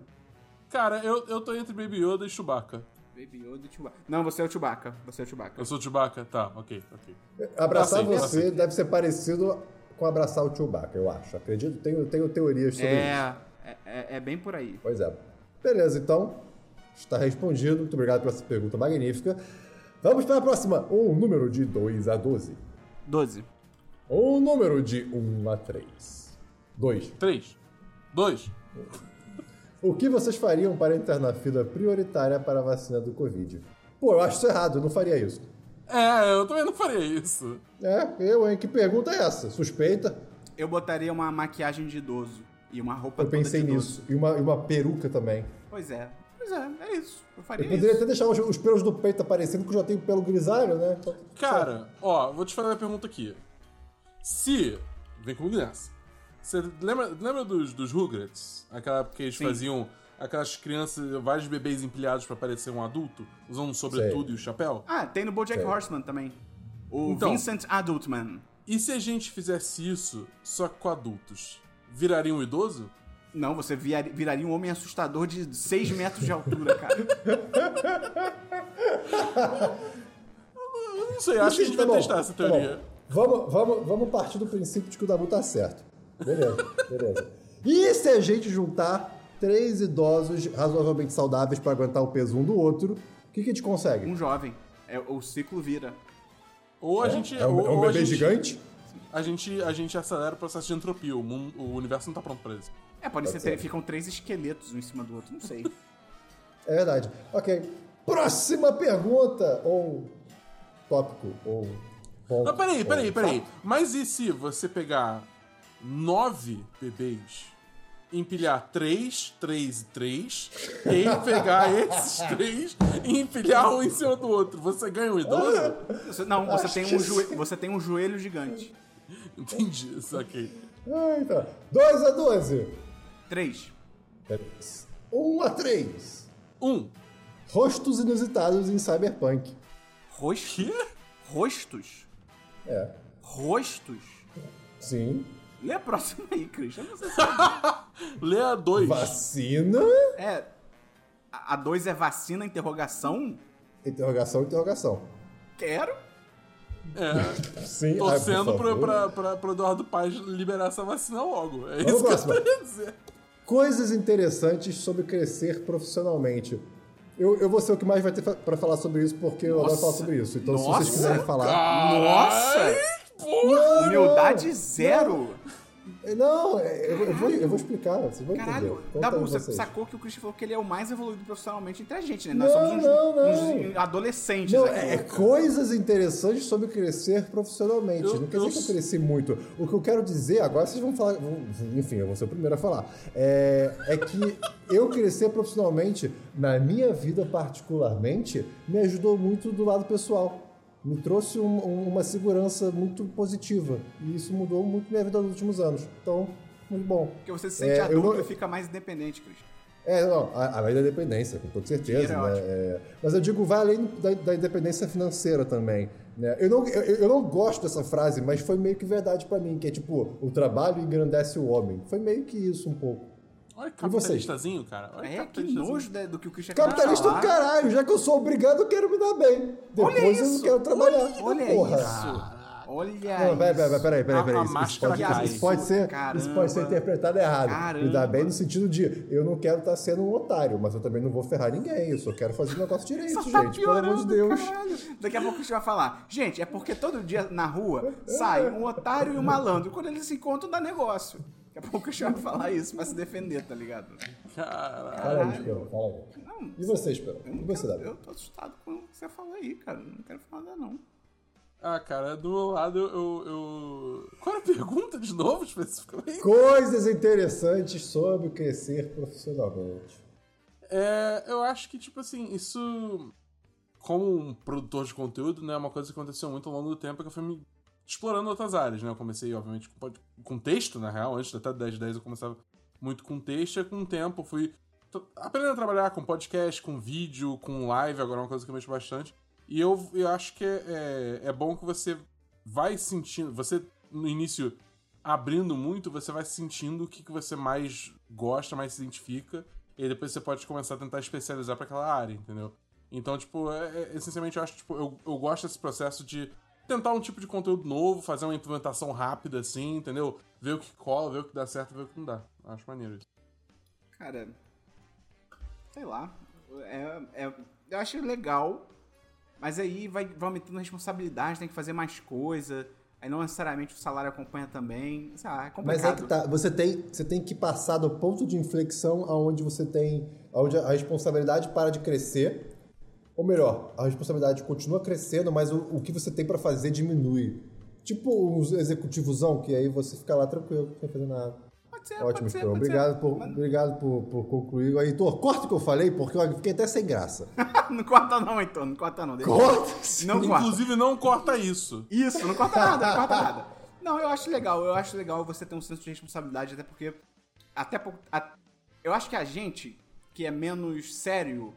Speaker 3: Cara, eu, eu tô entre Baby Yoda e Chewbacca.
Speaker 1: Baby Yoda e Chewbacca. Não, você é o Chewbacca. Você é o Chewbacca.
Speaker 3: Eu sou o Chewbacca? Tá, ok, ok.
Speaker 2: Abraçar
Speaker 3: Eu sei, eu
Speaker 2: você deve ser parecido com abraçar o Chewbacca, eu acho. Acredito, tenho, tenho teorias sobre
Speaker 1: É,
Speaker 2: isso.
Speaker 1: é, é- é bem por aí.
Speaker 2: Pois é. Beleza, então. Está respondido. Muito obrigado pela essa pergunta magnífica. Vamos para a próxima. Um número de 2 a 12.
Speaker 1: 12.
Speaker 2: Um número de 1 a 3. 2.
Speaker 3: Três. Dois.
Speaker 2: O que vocês fariam para entrar na fila prioritária para a vacina do Covid? Pô, eu acho isso errado, eu não faria isso.
Speaker 3: É, eu também não faria isso.
Speaker 2: É, eu, hein? Que pergunta é essa? Suspeita?
Speaker 1: Eu botaria uma maquiagem de idoso e uma roupa
Speaker 2: Eu
Speaker 1: toda
Speaker 2: pensei
Speaker 1: de idoso.
Speaker 2: nisso. E uma, e uma peruca também.
Speaker 1: Pois é. Pois é, é isso. Eu
Speaker 2: Eu
Speaker 1: faria
Speaker 2: poderia
Speaker 1: isso.
Speaker 2: até deixar os, os pelos do peito aparecendo, porque eu já tenho pelo grisalho, né? Então,
Speaker 3: Cara, ó, vou te fazer uma pergunta aqui. Se. Vem comigo nessa. Você lembra, lembra dos, dos Rugrats? Aquela época que eles faziam aquelas crianças, vários bebês empilhados pra parecer um adulto, usando um sobretudo e o chapéu?
Speaker 1: Ah, tem no BoJack
Speaker 2: É.
Speaker 1: Horseman também. O
Speaker 3: Então.
Speaker 1: Vincent Adultman.
Speaker 3: E se a gente fizesse isso só que com adultos? Viraria um idoso?
Speaker 1: Não, você via- viraria um homem assustador de 6 metros de altura, cara.
Speaker 3: Eu não sei, acho que a gente vai
Speaker 2: Tá bom,
Speaker 3: testar essa
Speaker 2: tá bom.
Speaker 3: teoria.
Speaker 2: Vamos, vamos, vamos partir do princípio de que o Dabu tá certo. Beleza, beleza. E se a gente juntar três idosos razoavelmente saudáveis para aguentar o peso um do outro, o que, que a gente consegue?
Speaker 1: um jovem. É, o ciclo vira.
Speaker 3: Ou a gente.
Speaker 2: É um,
Speaker 3: ou,
Speaker 2: é um
Speaker 3: ou a
Speaker 2: bebê
Speaker 3: gente-
Speaker 2: gigante?
Speaker 3: A gente, a gente acelera o processo de entropia. O, mundo- o universo não tá pronto pra isso.
Speaker 1: É, pode ser,
Speaker 2: ser.
Speaker 1: ficam três esqueletos um em cima do outro, não sei.
Speaker 2: É verdade. Ok. Próxima pergunta, ou tópico, ou. ponto,
Speaker 3: Mas peraí,
Speaker 2: ou
Speaker 3: peraí, peraí.
Speaker 2: fato.
Speaker 3: Mas e se você pegar nove bebês, empilhar três, três e três, e aí pegar esses três e empilhar um em cima do outro? Você ganha um idoso?
Speaker 1: Você- não, você
Speaker 2: Acho
Speaker 1: tem,
Speaker 2: que
Speaker 1: um joe-
Speaker 2: sim.
Speaker 1: você tem um joelho gigante.
Speaker 3: Entendi, isso aqui.
Speaker 2: Ah, então. 2 a 12.
Speaker 1: Três.
Speaker 2: 1 a 3.
Speaker 3: Um.
Speaker 2: Rostos inusitados em Cyberpunk.
Speaker 1: Rostos.
Speaker 3: Quê?
Speaker 1: Rostos.
Speaker 2: É.
Speaker 1: Rostos.
Speaker 2: Sim.
Speaker 1: Lê a próxima aí, Christian. Eu não sei se-
Speaker 3: Leia dois.
Speaker 2: Vacina?
Speaker 1: É. A 2 é vacina, interrogação?
Speaker 2: Interrogação, interrogação.
Speaker 1: Quero.
Speaker 3: É,
Speaker 2: Sim, ai, por
Speaker 3: torcendo pro,
Speaker 2: favor.
Speaker 3: pra, pra, pro Eduardo Paz liberar essa vacina logo.
Speaker 2: Vamos
Speaker 3: É isso que eu
Speaker 2: próxima.
Speaker 3: tô querendo dizer.
Speaker 2: Coisas interessantes sobre crescer profissionalmente. Eu, eu vou ser o que mais vai ter fa- pra falar sobre isso, porque eu adoro
Speaker 1: Nossa.
Speaker 2: falar sobre isso. Então, se vocês
Speaker 1: Nossa,
Speaker 2: quiserem falar.
Speaker 1: Nossa!
Speaker 2: Tá. Não,
Speaker 1: Humildade zero!
Speaker 2: Não, não, é, eu, eu vou, eu vou explicar, vocês vão
Speaker 1: Caralho,
Speaker 2: entender. Então,
Speaker 1: Dabu,
Speaker 2: tá,
Speaker 1: você
Speaker 2: vocês.
Speaker 1: sacou que o Christian falou que ele é o mais evoluído profissionalmente entre a gente, né? Nós
Speaker 2: Não,
Speaker 1: somos uns,
Speaker 2: não, não.
Speaker 1: uns adolescentes
Speaker 2: Não,
Speaker 1: aqui.
Speaker 2: é coisas interessantes sobre crescer profissionalmente.
Speaker 3: Eu-
Speaker 2: não quer dizer
Speaker 3: eu-
Speaker 2: que eu cresci muito. O que eu quero dizer, agora vocês vão falar. vão- Enfim, eu vou ser o primeiro a falar. É, é que eu crescer profissionalmente, na minha vida particularmente, me ajudou muito do lado pessoal. Me trouxe um- um- uma segurança muito positiva. E isso mudou muito minha vida nos últimos anos. Então, muito bom.
Speaker 1: Porque você se sente
Speaker 2: É, eu
Speaker 1: adulto
Speaker 2: não-
Speaker 1: e fica mais independente, Christian.
Speaker 2: É, não, a- além da independência, com toda certeza.
Speaker 1: Dinheiro é
Speaker 2: né? É, mas eu digo, vai além da, da independência financeira também. Né? Eu, não, eu, eu não gosto dessa frase, mas foi meio que verdade pra mim, que é tipo, o trabalho engrandece o homem. Foi meio que isso um pouco.
Speaker 3: Olha que
Speaker 2: E vocês?
Speaker 3: capitalistazinho, cara. Olha
Speaker 1: É, que
Speaker 3: capitalistazinho.
Speaker 1: nojo da- do que o Christian tá acabou de
Speaker 2: Capitalista do
Speaker 1: falar.
Speaker 2: caralho, já que eu sou obrigado, eu quero me dar bem. Depois
Speaker 1: Ah. Olha
Speaker 2: eu não
Speaker 1: isso,
Speaker 2: quero trabalhar.
Speaker 1: Olha
Speaker 2: porra.
Speaker 1: isso! Olha
Speaker 2: Não, peraí,
Speaker 1: isso!
Speaker 2: peraí, peraí, peraí,
Speaker 3: A-
Speaker 2: peraí.
Speaker 3: a
Speaker 2: Isso- Isso,
Speaker 3: máscara
Speaker 2: pode,
Speaker 3: cai.
Speaker 2: isso pode ser, isso pode ser
Speaker 1: Caramba.
Speaker 2: interpretado errado. Me dá
Speaker 1: Caramba.
Speaker 2: bem no sentido de eu não quero estar sendo um otário, mas eu também não vou ferrar ninguém. Eu só quero fazer o negócio direito,
Speaker 1: Só
Speaker 2: gente.
Speaker 1: tá
Speaker 2: pelo amor de
Speaker 1: piorando,
Speaker 2: Deus.
Speaker 1: caralho. Daqui a pouco a gente vai falar. Gente, é porque todo dia na rua sai um otário e um malandro. Quando eles se encontram, dá negócio. Daqui a pouco a gente vai falar isso pra se defender, tá ligado?
Speaker 3: Caralho.
Speaker 2: Fala aí, Esperão, fala aí.
Speaker 1: Não,
Speaker 2: E você, Esperão?
Speaker 1: eu, não
Speaker 2: E você,
Speaker 1: quero-
Speaker 2: Davi?
Speaker 1: eu tô assustado com o que você falou aí, cara. Não quero falar nada, não.
Speaker 3: Ah, cara, do meu lado eu. eu- eu- Qual era a pergunta de novo, especificamente?
Speaker 2: Coisas interessantes sobre crescer profissionalmente.
Speaker 3: É, eu acho que, tipo assim, isso. Como um produtor de conteúdo, né? Uma coisa que aconteceu muito ao longo do tempo é que eu fui me explorando outras áreas, né? Eu comecei, obviamente, com, pod- com texto, na real. Antes até 10 10 eu começava muito com texto. E com o tempo eu fui t- aprendendo a trabalhar com podcast, com vídeo, com live. Agora é uma coisa que eu mexo bastante. E eu, eu acho que é, é, é bom que você vai sentindo... Você, no início, abrindo muito, você vai sentindo o que, que você mais gosta, mais se identifica. E aí depois você pode começar a tentar especializar pra aquela área, entendeu? Então, tipo, é, é- essencialmente eu acho, tipo, eu, eu gosto desse processo de tentar um tipo de conteúdo novo, fazer uma implementação rápida, assim, entendeu? Ver o que cola, ver o que dá certo, ver o que não dá. Acho maneiro isso.
Speaker 1: Cara, sei lá. É- é- eu acho legal, mas aí vai, vai aumentando a responsabilidade, tem que fazer mais coisa. Aí não necessariamente o salário acompanha também. Sei lá, é complicado.
Speaker 2: Mas é que tá, você tem, você tem que passar do ponto de inflexão aonde você tem. aonde a responsabilidade para de crescer. Ou melhor, a responsabilidade continua crescendo, mas o, o que você tem pra fazer diminui. Tipo um executivozão, que aí você fica lá tranquilo, sem fazer nada.
Speaker 1: É, Pode ser,
Speaker 2: Ótimo,
Speaker 1: pode ser,
Speaker 2: Esperão.
Speaker 1: pode ser.
Speaker 2: Obrigado, por,
Speaker 1: Mas
Speaker 2: obrigado por, por concluir. Aí, Heitor, corta o que eu falei, porque eu fiquei até sem graça.
Speaker 1: Não corta não, então. Não corta não. Deixa.
Speaker 2: Corta!
Speaker 1: Não corta.
Speaker 3: Inclusive, não corta isso.
Speaker 1: Isso, não corta nada, não corta nada. Não, eu acho legal, eu acho legal você ter um senso de responsabilidade, até porque. Até pou- a- Eu acho que a gente, que é menos sério,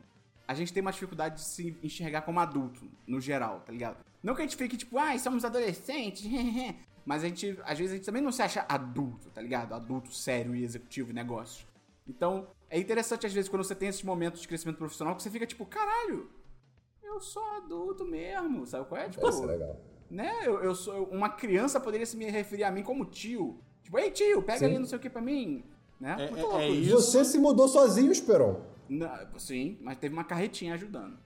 Speaker 1: a gente tem uma dificuldade de se enxergar como adulto, no geral, tá ligado? Não que a gente fique tipo, ai, somos adolescentes, mas a gente, às vezes, a gente também não se acha adulto, tá ligado? Adulto sério e executivo em negócios. Então, é interessante, às vezes, quando você tem esses momentos de crescimento profissional, que você fica tipo, caralho, eu sou adulto mesmo, sabe qual é? Tipo,
Speaker 2: Isso é legal.
Speaker 1: né? Eu, eu sou eu- uma criança poderia se me referir a mim como tio. Tipo, ei tio, pega
Speaker 2: Sim.
Speaker 1: ali não sei o que pra mim, né?
Speaker 3: É-
Speaker 1: Muito
Speaker 3: é-
Speaker 1: louco
Speaker 3: é
Speaker 1: isso.
Speaker 2: Você se mudou sozinho, Esperon.
Speaker 1: Não, sim, mas teve uma carretinha ajudando.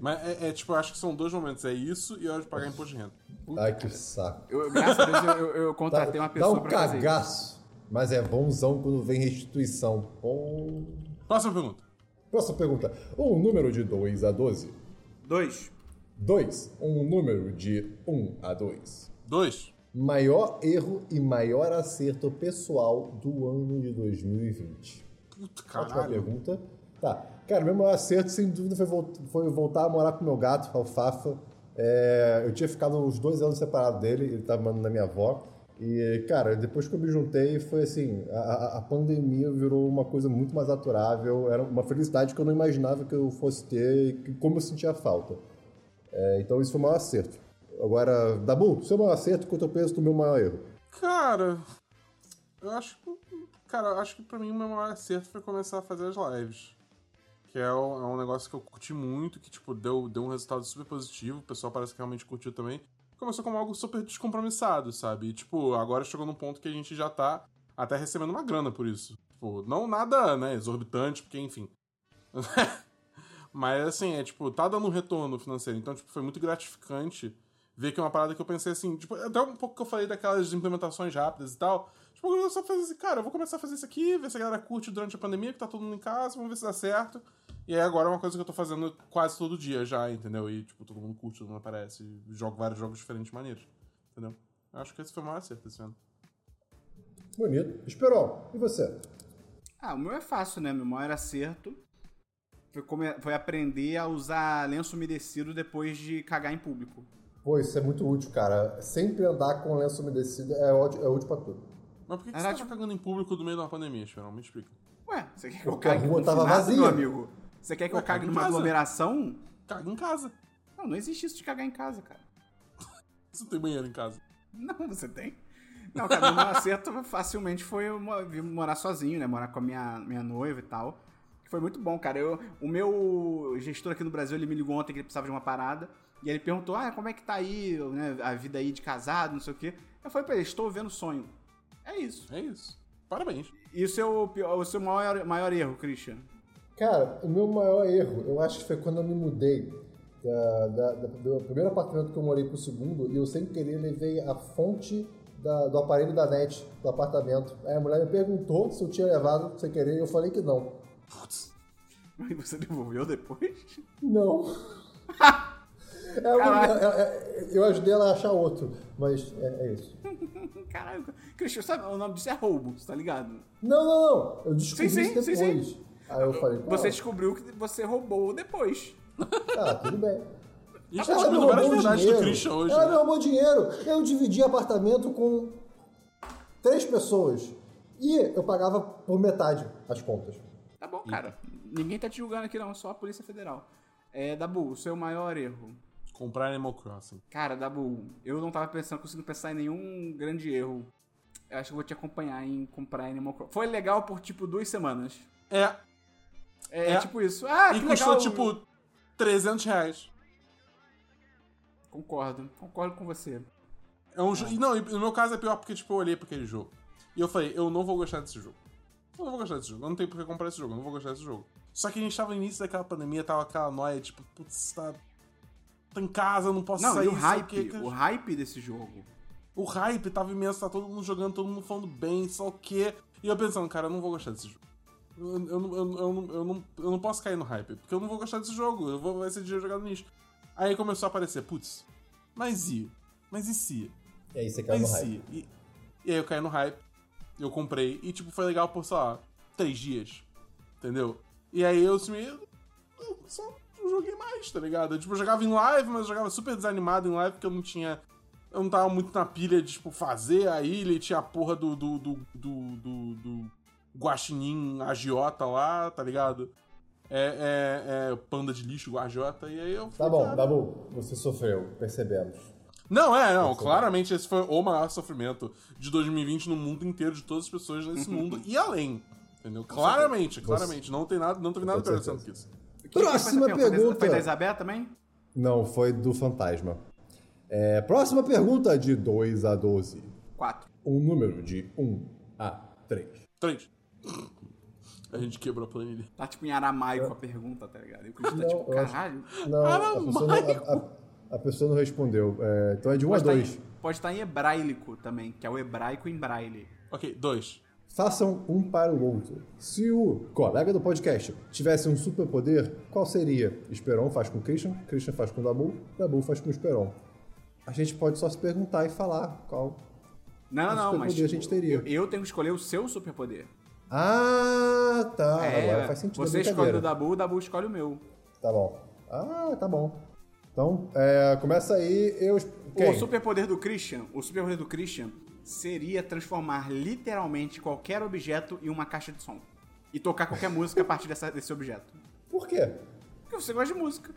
Speaker 3: Mas é, é, tipo, eu acho que são dois momentos. É isso e a hora de pagar imposto de renda.
Speaker 2: Ai, que saco.
Speaker 1: Eu, eu- graças a Deus eu, eu- eu
Speaker 2: Dá,
Speaker 1: contratei Tá, uma
Speaker 2: dá
Speaker 1: pessoa
Speaker 2: um
Speaker 1: pra fazer. isso.
Speaker 2: cagaço. Mas é bonzão quando vem restituição. Bom.
Speaker 3: Próxima pergunta.
Speaker 2: Próxima pergunta. Um número de 2 a 12.
Speaker 1: Dois.
Speaker 2: 2. Um número de 1 a 2.
Speaker 3: Dois.
Speaker 2: Maior erro e maior acerto pessoal do ano de 2020.
Speaker 3: Puta,
Speaker 2: Ótima
Speaker 3: caralho.
Speaker 2: pergunta. Tá. Cara, meu maior acerto, sem dúvida, foi, vol- foi voltar a morar com meu gato, Alfafa. É, eu tinha ficado uns dois anos separado dele, ele tava morando na minha avó. E, cara, depois que eu me juntei, foi assim: a- a, a pandemia virou uma coisa muito mais aturável, era uma felicidade que eu não imaginava que eu fosse ter e que- como eu sentia falta. É, então, isso foi o maior acerto. Agora, Dabu, seu maior acerto quanto eu penso do meu maior erro?
Speaker 3: Cara, eu acho que. Cara, eu acho que pra mim o meu maior acerto foi começar a fazer as lives. Que é um, é um negócio que eu curti muito, que, tipo, deu, deu um resultado super positivo, o pessoal parece que realmente curtiu também. Começou como algo super descompromissado, sabe? E, tipo, agora chegou num ponto que a gente já tá até recebendo uma grana por isso. Tipo, não nada, né, exorbitante, porque, enfim. Mas, assim, é, tipo, tá dando um retorno financeiro. Então, tipo, foi muito gratificante ver que é uma parada que eu pensei assim, tipo, até um pouco que eu falei daquelas implementações rápidas e tal. Tipo, eu só fiz assim, cara, eu vou começar a fazer isso aqui, ver se a galera curte durante a pandemia, que tá todo mundo em casa, vamos ver se dá certo. E aí agora é uma coisa que eu tô fazendo quase todo dia já, entendeu? E, tipo, todo mundo curte, todo mundo aparece, e jogo vários jogos de diferentes maneiras, entendeu? Eu acho que esse foi o maior acerto esse ano.
Speaker 2: Bonito. Esperon, e você?
Speaker 1: Ah, o meu é fácil, né? Meu maior acerto foi, come- foi aprender a usar lenço umedecido depois de cagar em público.
Speaker 2: Pô, isso é muito útil, cara. Sempre andar com lenço umedecido é ótimo, é útil pra tudo.
Speaker 3: Mas por que, que
Speaker 1: Era,
Speaker 3: você tava
Speaker 1: tipo-
Speaker 3: cagando em público do meio de uma pandemia, Esperão? Me explica.
Speaker 1: Ué, você quer que eu
Speaker 2: Porque a
Speaker 1: cague
Speaker 2: rua tava
Speaker 1: confinado,
Speaker 2: vazia.
Speaker 1: meu amigo? Você quer que eu
Speaker 3: Ué, caga
Speaker 1: cague
Speaker 3: em
Speaker 1: numa
Speaker 3: casa.
Speaker 1: aglomeração?
Speaker 3: Caga em casa.
Speaker 1: Não, não existe isso de cagar em casa, cara.
Speaker 3: Você tem banheiro em casa.
Speaker 1: Não, você tem. Não, cara, meu maior acerto facilmente foi eu mo- vir morar sozinho, né? Morar com a minha, minha noiva e tal. Que Foi muito bom, cara. Eu, o meu gestor aqui no Brasil, ele me ligou ontem que ele precisava de uma parada. E ele perguntou, ah, como é que tá aí, né? A vida aí de casado, não sei o quê. Eu falei pra ele, estou vendo sonho. É isso.
Speaker 3: É isso. Parabéns.
Speaker 1: E o seu, pior- o seu maior, maior erro, Christian?
Speaker 2: Cara, o meu maior erro, eu acho que foi quando eu me mudei da, da- da- do primeiro apartamento que eu morei pro segundo e eu sem querer levei a fonte da- do aparelho da net do apartamento. Aí a mulher me perguntou se eu tinha levado sem querer e eu falei que não.
Speaker 3: Putz.
Speaker 1: Mas você devolveu depois?
Speaker 2: Não. É, eu-
Speaker 1: Caraca.
Speaker 2: é, é, eu ajudei ela a achar outro, mas é- é isso.
Speaker 1: Caralho, Christian, sabe, o nome disso é roubo, você tá ligado?
Speaker 2: Não, não, não. Eu descobri
Speaker 1: Sim, sim,
Speaker 2: isso
Speaker 1: sim,
Speaker 2: depois.
Speaker 1: sim.
Speaker 2: Aí eu falei, pô,
Speaker 1: Você descobriu que você roubou depois.
Speaker 2: tá, tudo bem.
Speaker 3: E a gente tá
Speaker 2: Ela me
Speaker 3: descobrindo várias
Speaker 2: roubou
Speaker 3: verdades do
Speaker 2: dinheiro.
Speaker 3: Christian hoje,
Speaker 2: Ela
Speaker 3: né?
Speaker 2: me roubou dinheiro. Eu dividi apartamento com três pessoas. E eu pagava por metade as contas.
Speaker 1: Tá bom, cara. Ninguém tá te julgando aqui, não. Só a Polícia Federal. É, Dabu, o seu maior erro.
Speaker 3: Comprar Animal Crossing.
Speaker 1: Cara, Dabu, eu não tava pensando, conseguindo pensar em nenhum grande erro. Eu acho que eu vou te acompanhar em comprar Animal Crossing. Foi legal por, tipo, duas semanas.
Speaker 3: É,
Speaker 1: É,
Speaker 3: É.
Speaker 1: tipo isso. Ah,
Speaker 3: e
Speaker 1: que
Speaker 3: custou
Speaker 1: legal.
Speaker 3: tipo 300 reais.
Speaker 1: Concordo. Concordo com você.
Speaker 3: É um jogo. Não, e no meu caso é pior porque, tipo, eu olhei pra aquele jogo. E eu falei, eu não vou gostar desse jogo. Eu não vou gostar desse jogo. Eu não tenho por que comprar esse jogo, eu não vou gostar desse jogo. Só que a gente tava no início daquela pandemia, tava aquela noia, tipo, putz, tá. tô em casa, não posso
Speaker 1: Não,
Speaker 3: sair.
Speaker 1: e o
Speaker 3: sei
Speaker 1: hype,
Speaker 3: quê, cara.
Speaker 1: o hype desse jogo.
Speaker 3: O hype tava imenso, tá todo mundo jogando, todo mundo falando bem, só o quê. E eu pensando, cara, eu não vou gostar desse jogo. Eu, eu, não- eu, não- eu, não- eu não, eu não posso cair no hype, porque eu não vou gostar desse jogo, eu vou, vai ser dinheiro jogado nisso. Aí começou a aparecer, putz, mas e? Mas e se?
Speaker 2: E aí você caiu no
Speaker 3: Mas
Speaker 2: hype.
Speaker 3: se? E, e aí eu caí no hype, eu comprei, e tipo, foi legal por, sei lá, três dias, entendeu? E aí eu assim, eu eu só não joguei mais, tá ligado? Eu, tipo, eu jogava em live, mas eu jogava super desanimado em live, porque eu não tinha... Eu não tava muito na pilha de, tipo, fazer a ilha e tinha a porra do... do, do, do, do, do guaxinim agiota lá, tá ligado? É, é, é panda de lixo, agiota, e aí eu...
Speaker 2: Tá
Speaker 3: falei,
Speaker 2: bom,
Speaker 3: cara,
Speaker 2: Dabu, você sofreu, percebemos.
Speaker 3: não, é, não. Claramente esse foi o maior sofrimento de 2020 no mundo inteiro, de todas as pessoas nesse mundo e além. Entendeu? Claramente, claramente. Não tem nada, não teve nada
Speaker 2: Com
Speaker 3: parecendo
Speaker 2: certeza.
Speaker 3: que isso.
Speaker 1: O que-
Speaker 4: Próxima
Speaker 1: quem foi essa Foi da-
Speaker 4: pergunta.
Speaker 1: Foi da Isabela também?
Speaker 4: Não, foi do fantasma.
Speaker 2: É, próxima pergunta de 2 a 12.
Speaker 1: Quatro.
Speaker 2: Um número de 1 a 3.
Speaker 3: Três. A gente quebrou a planilha.
Speaker 1: Tá tipo em aramaico a pergunta, tá ligado? E o Cristo tá
Speaker 2: Não,
Speaker 1: tipo,
Speaker 2: eu acho- é
Speaker 1: caralho.
Speaker 3: Ah,
Speaker 2: Não, a
Speaker 3: Caralho!
Speaker 2: pessoa não, a- a- a pessoa não respondeu. É, então é de 1 a
Speaker 1: Pode tá em-
Speaker 2: 2.
Speaker 1: Pode estar em hebraico também, que é o hebraico em braille.
Speaker 3: Ok, dois.
Speaker 2: Façam um para o outro. Se o colega do podcast tivesse um superpoder, qual seria? Esperon faz com Christian, Christian faz com Dabu, Dabu faz com Esperon. A gente pode só se perguntar e falar qual.
Speaker 1: Não, não, não, mas.
Speaker 2: superpoder a gente teria.
Speaker 1: Eu, eu tenho que escolher o seu superpoder.
Speaker 2: Ah, tá. Agora faz sentido. a
Speaker 1: É, você escolhe
Speaker 2: brincadeira.
Speaker 1: o Dabu, o Dabu escolhe o meu.
Speaker 2: Tá bom. Ah, tá bom. Então, é, começa aí. Eu.
Speaker 1: O
Speaker 2: Quem?
Speaker 1: superpoder do Christian, o superpoder do Christian seria transformar literalmente qualquer objeto em uma caixa de som. E tocar qualquer música a partir dessa- desse objeto.
Speaker 2: Por quê?
Speaker 1: Porque você gosta de música.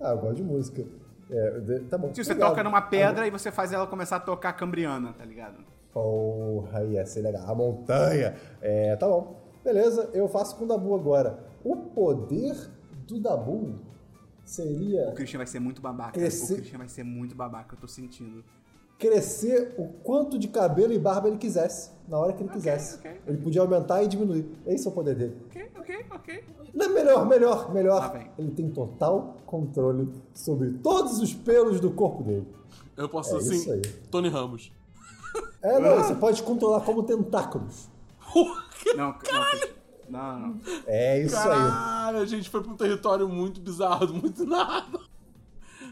Speaker 2: Ah, eu gosto de música. É, de- tá bom.
Speaker 1: Se você
Speaker 2: legal.
Speaker 1: toca numa pedra e você faz ela começar a tocar cambriana, tá ligado?
Speaker 2: Porra, ia ser legal. A montanha. É, tá bom. Beleza, eu faço com o Dabu agora. O poder do Dabu
Speaker 1: O
Speaker 2: seria
Speaker 1: Christian vai ser muito babaca.
Speaker 2: Crescer-
Speaker 1: O Christian vai ser muito babaca, eu tô sentindo.
Speaker 2: crescer o quanto de cabelo e barba ele quisesse, na hora que ele quisesse.
Speaker 1: ok.
Speaker 2: Ele podia aumentar e diminuir. Esse é o poder dele.
Speaker 1: Ok, ok, ok.
Speaker 2: Não, melhor, melhor,
Speaker 1: Lá
Speaker 2: melhor.
Speaker 1: vem.
Speaker 2: ele tem total controle sobre todos os pelos do corpo dele.
Speaker 3: Eu posso
Speaker 2: É
Speaker 3: assim.
Speaker 2: isso aí.
Speaker 3: Tony Ramos.
Speaker 2: É, não,
Speaker 1: Ah!
Speaker 2: você pode controlar como tentáculos.
Speaker 1: Não, Caralho! Não, não, não.
Speaker 2: É isso aí.
Speaker 3: Caralho, a gente foi pra um território muito bizarro, muito nada.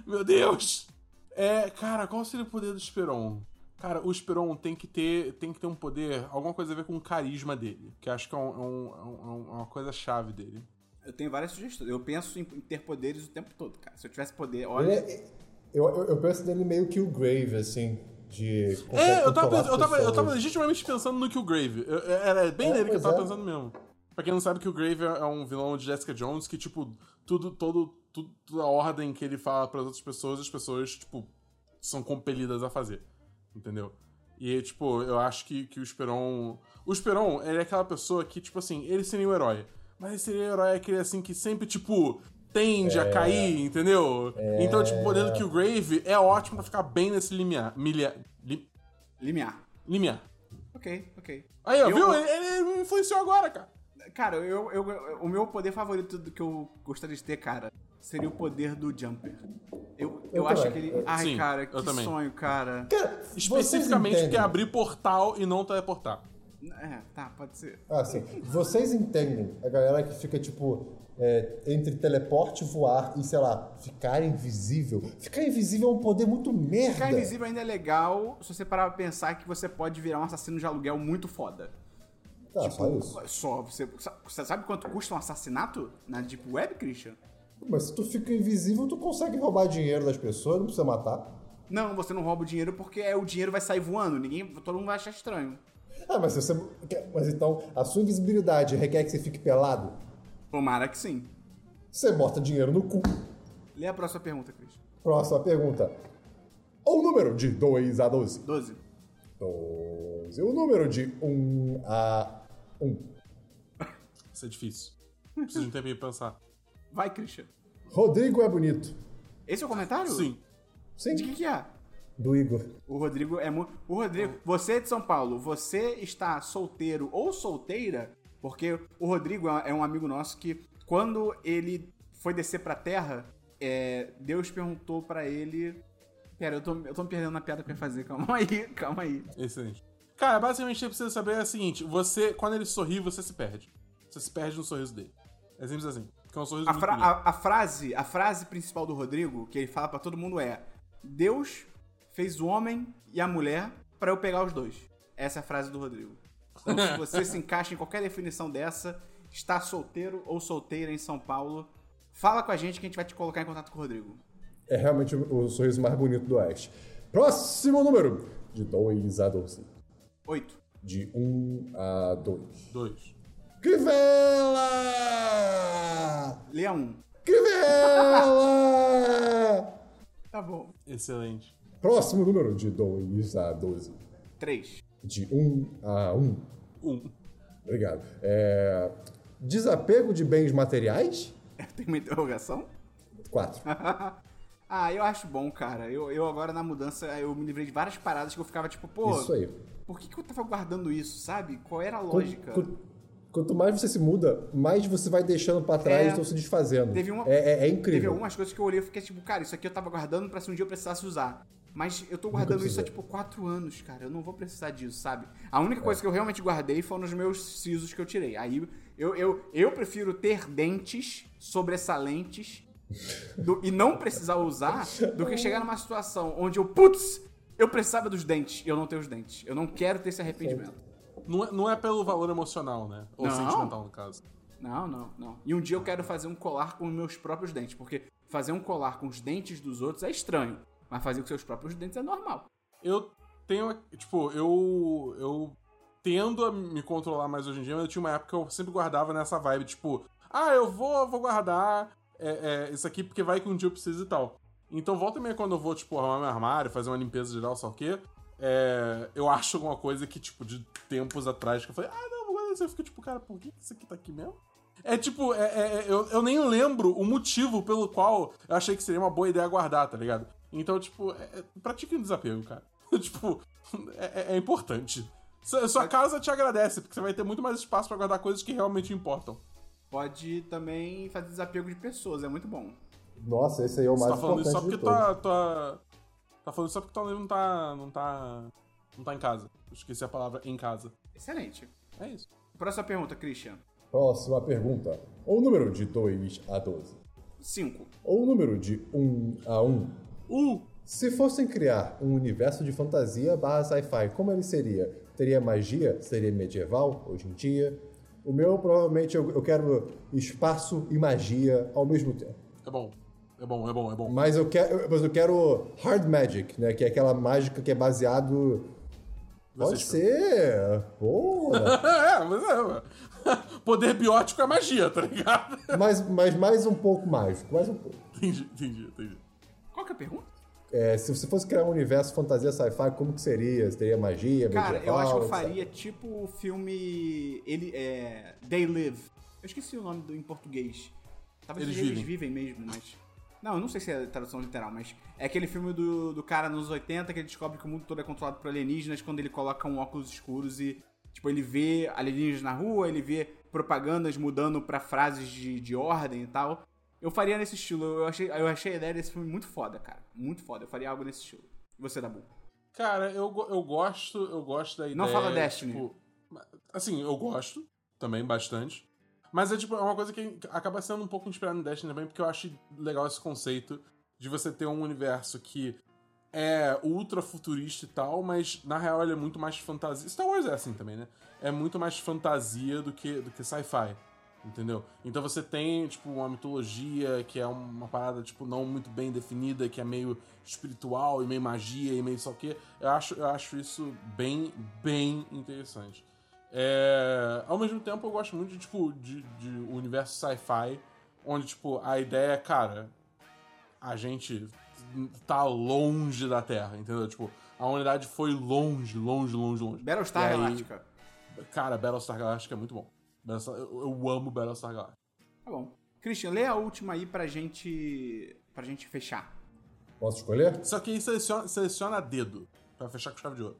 Speaker 3: Meu Deus! É, cara, qual seria o poder do Esperon? Cara, o Esperon tem que ter, tem que ter um poder, alguma coisa a ver com o carisma dele, que acho que é, um- é um- é um- é uma coisa chave dele.
Speaker 1: Eu tenho várias sugestões. Eu penso em ter poderes o tempo todo, cara. Se eu tivesse poder,
Speaker 2: Ele
Speaker 1: olha.
Speaker 2: é- eu, eu, eu penso nele meio que o Grave, assim, de.
Speaker 3: É, eu
Speaker 2: controlar
Speaker 3: tava, pens- eu, tava, eu
Speaker 2: pessoas.
Speaker 3: tava legitimamente pensando no Killgrave. Eu- eu- Era bem
Speaker 2: É,
Speaker 3: nele que eu
Speaker 2: pois
Speaker 3: tava
Speaker 2: é.
Speaker 3: pensando mesmo. Pra quem não sabe, Killgrave é é um vilão de Jessica Jones que, tipo, tudo, todo, tudo, toda a ordem que ele fala pras outras pessoas, as pessoas, tipo, são compelidas a fazer. Entendeu? E, tipo, eu acho que, que o Esperon... O Esperon, ele é aquela pessoa que, tipo assim, ele seria o herói. Mas ele seria o herói aquele, assim, que sempre, tipo, tende
Speaker 2: É.
Speaker 3: a cair, entendeu? Então, tipo, o poder do Killgrave é ótimo pra ficar bem nesse limiar... milha- li-
Speaker 1: Limiar.
Speaker 3: limiar.
Speaker 1: Ok, ok.
Speaker 3: Aí, ó,
Speaker 1: Eu-
Speaker 3: viu? Ele, ele me influenciou agora, cara.
Speaker 1: Cara, eu, eu- eu- o meu poder favorito do que eu gostaria de ter, cara, seria o poder do Jumper. Eu, eu,
Speaker 2: Eu
Speaker 1: acho
Speaker 2: também.
Speaker 1: aquele. Ai,
Speaker 3: Sim,
Speaker 1: cara,
Speaker 3: eu
Speaker 1: que
Speaker 3: também.
Speaker 1: sonho, cara.
Speaker 2: Cara,
Speaker 3: Especificamente é
Speaker 2: vocês
Speaker 3: porque
Speaker 2: entendem.
Speaker 3: abrir portal e não teleportar.
Speaker 1: É, tá, pode ser.
Speaker 2: Ah, sim. Vocês entendem a galera que fica, tipo, é, entre teleporte, voar e, sei lá, ficar invisível. Ficar invisível é um poder muito merda.
Speaker 1: Ficar invisível ainda é legal se você parar pra pensar que você pode virar um assassino de aluguel muito foda.
Speaker 2: Tá,
Speaker 3: tipo,
Speaker 2: só isso.
Speaker 1: Só, você, você sabe quanto custa um assassinato na Deep Web, Christian?
Speaker 2: Mas se tu fica invisível, tu consegue roubar dinheiro das pessoas, não precisa matar.
Speaker 1: Não, você não rouba o dinheiro porque é, o dinheiro vai sair voando, ninguém, todo mundo vai achar estranho.
Speaker 2: Ah, mas se você. Mas então, a sua invisibilidade requer que você fique pelado?
Speaker 1: Tomara que sim.
Speaker 2: Você bota dinheiro no cu.
Speaker 1: Lê a próxima pergunta, Cris.
Speaker 2: Próxima pergunta. O número de 2 a 12.
Speaker 1: 12.
Speaker 2: 12. O número de 1 a 1.
Speaker 3: Isso é difícil. Preciso de um tempinho pra pensar.
Speaker 1: Vai, Christian.
Speaker 2: Rodrigo é bonito.
Speaker 1: Esse é o comentário?
Speaker 3: Sim.
Speaker 2: Sim.
Speaker 1: De que que é?
Speaker 2: Do Igor.
Speaker 1: O Rodrigo é muito... O Rodrigo... Você é de São Paulo, você está solteiro ou solteira, porque o Rodrigo é é um amigo nosso que, quando ele foi descer pra terra, é, Deus perguntou pra ele. Pera, eu tô, eu tô me perdendo na piada que eu ia fazer, calma aí, calma aí.
Speaker 3: Excelente. Cara, basicamente o que precisa saber é o seguinte: você, quando ele sorri, você se perde. Você se perde no sorriso dele. É simples assim. Que é um sorriso
Speaker 1: A,
Speaker 3: muito
Speaker 1: fra-
Speaker 3: bonito.
Speaker 1: a- a frase, a frase principal do Rodrigo, que ele fala pra todo mundo é: Deus fez o homem e a mulher pra eu pegar os dois. Essa é a frase do Rodrigo. Então, se você se encaixa em qualquer definição dessa, está solteiro ou solteira em São Paulo, fala com a gente que a gente vai te colocar em contato com o Rodrigo.
Speaker 2: É realmente o o sorriso mais bonito do Oeste. Próximo número! De 2 a 12.
Speaker 1: Oito.
Speaker 2: De 1 a 2.
Speaker 3: Dois.
Speaker 2: Crivella!
Speaker 1: Leia um.
Speaker 2: Crivella!
Speaker 1: Tá bom.
Speaker 3: Excelente.
Speaker 2: Próximo número. De 2 a 12.
Speaker 1: Três.
Speaker 2: De 1 a 1.
Speaker 3: Um.
Speaker 2: Obrigado. É, Desapego de bens materiais?
Speaker 1: Tem uma interrogação?
Speaker 2: 4.
Speaker 1: Ah, eu acho bom, cara. Eu, eu agora na mudança, eu me livrei de várias paradas que eu ficava tipo, pô,
Speaker 2: Isso aí.
Speaker 1: por que, que eu tava guardando isso, sabe? Qual era a
Speaker 2: Quan-
Speaker 1: lógica?
Speaker 2: quan- Quanto mais você se muda, mais você vai deixando pra
Speaker 1: É.
Speaker 2: trás ou se desfazendo.
Speaker 1: Teve uma-
Speaker 2: é, é- é incrível.
Speaker 1: Teve algumas coisas que eu olhei e fiquei tipo, cara, isso aqui eu tava guardando pra se um dia eu precisasse usar. Mas eu tô guardando isso há tipo
Speaker 2: precisei.
Speaker 1: 4 anos, cara. Eu não vou precisar disso, sabe? A única coisa
Speaker 2: É.
Speaker 1: que eu realmente guardei foram os meus sisos que eu tirei. Aí eu, eu, eu prefiro ter dentes sobressalentes do- e não precisar usar do que chegar numa situação onde eu, putz, eu precisava dos dentes e eu não tenho os dentes. Eu não quero ter esse arrependimento.
Speaker 3: Não é, não é pelo valor emocional, né? Ou
Speaker 1: Não.
Speaker 3: sentimental, no caso.
Speaker 1: Não, não, não. E um dia eu quero fazer um colar com os meus próprios dentes, porque fazer um colar com os dentes dos outros é estranho, mas fazer com seus próprios dentes é normal.
Speaker 3: Eu tenho. Tipo, eu. Eu tendo a me controlar mais hoje em dia, mas eu tinha uma época que eu sempre guardava nessa vibe, tipo, ah, eu vou, vou guardar é, é, isso aqui porque vai que um dia eu preciso e tal. Então, volta e meia quando eu vou, tipo, arrumar meu armário, fazer uma limpeza geral, só o quê, é, eu acho alguma coisa que, tipo, de tempos atrás, que eu falei, ah, não, vou guardar isso. Eu fico, tipo, cara, por que que isso aqui tá aqui mesmo? É tipo, é- é- é- eu, eu nem lembro o motivo pelo qual eu achei que seria uma boa ideia guardar, tá ligado? Então, tipo, é, é, pratique um desapego, cara. tipo, é, é- é importante. Su- Sua casa te agradece, porque você vai ter muito mais espaço pra guardar coisas que realmente importam.
Speaker 1: Pode também fazer desapego de pessoas, é muito bom.
Speaker 2: Nossa, esse aí é o
Speaker 3: Você
Speaker 2: mais
Speaker 3: tá falando
Speaker 2: importante
Speaker 3: isso só
Speaker 2: de
Speaker 3: porque
Speaker 2: todos.
Speaker 3: tua, tua. Tá falando isso só porque tua noiva não tá. não tá. não tá em casa. Eu Esqueci a palavra em casa.
Speaker 1: Excelente.
Speaker 3: É isso.
Speaker 1: Próxima pergunta, Christian.
Speaker 2: Próxima pergunta. Ou número de 2 a 12.
Speaker 1: 5.
Speaker 2: Ou número de 1 a 1.
Speaker 3: Uh!
Speaker 2: Se fossem criar um universo de fantasia barra sci-fi, como ele seria? Teria magia? Seria medieval, hoje em dia? O meu, provavelmente, eu, eu quero espaço e magia ao mesmo tempo.
Speaker 3: É bom. É bom, é bom, é bom.
Speaker 2: Mas eu quero, eu- mas eu quero hard magic, né? Que é aquela mágica que é baseado... Pode
Speaker 3: Você
Speaker 2: ser! Boa!
Speaker 3: é, mas é, ué. Poder biótico é magia, tá ligado?
Speaker 2: mas, mas mais um pouco mágico, mais um pouco.
Speaker 3: Entendi, entendi, entendi.
Speaker 1: Qual que é a pergunta?
Speaker 2: É, se você fosse criar um universo fantasia sci-fi, como que seria? Teria magia,
Speaker 1: Cara, eu
Speaker 2: medieval,
Speaker 1: acho que eu
Speaker 2: etc.
Speaker 1: faria tipo o filme. Ele é. They Live. Eu esqueci o nome do, em português. Talvez
Speaker 3: Eles
Speaker 1: eles, eles vivem mesmo, mas. Não, eu não sei se é a tradução literal, mas. É aquele filme do, do cara nos 80 que ele descobre que o mundo todo é controlado por alienígenas quando ele coloca um óculos escuros e. Tipo, ele vê alienígenas na rua, ele vê propagandas mudando pra frases de, de ordem e tal. Eu faria nesse estilo. Eu achei, eu achei a ideia desse filme muito foda, cara. Muito foda. Eu faria algo nesse estilo. E você, Dabu?
Speaker 3: Cara, eu, go- eu gosto, eu gosto da ideia.
Speaker 1: Não fala Destiny.
Speaker 3: tipo, ma- assim, eu gosto também bastante. Mas é tipo, é uma coisa que acaba sendo um pouco inspirada no Destiny também, porque eu acho legal esse conceito de você ter um universo que é ultra futurista e tal, mas na real ele é muito mais fantasia. Star Wars é assim também, né? É muito mais fantasia do que, do que sci-fi. Entendeu? Então você tem, tipo, uma mitologia que é uma parada, tipo, não muito bem definida, que é meio espiritual e meio magia e meio só o quê. Eu acho, eu acho isso bem, bem interessante. É, Ao mesmo tempo, eu gosto muito, de, tipo, de, de universo sci-fi, onde, tipo, a ideia é, cara, a gente tá longe da Terra, entendeu? Tipo, a humanidade foi longe, longe, longe, longe.
Speaker 1: Battlestar
Speaker 3: E aí-
Speaker 1: Galactica.
Speaker 3: Cara, Battlestar Galactica é muito bom. Battlestar- eu, eu amo Battlestar Galactica.
Speaker 1: Tá bom. Christian, lê a última aí pra gente. pra gente fechar.
Speaker 2: Posso escolher?
Speaker 3: Só que aí seleciona, seleciona a dedo pra fechar com chave de ouro.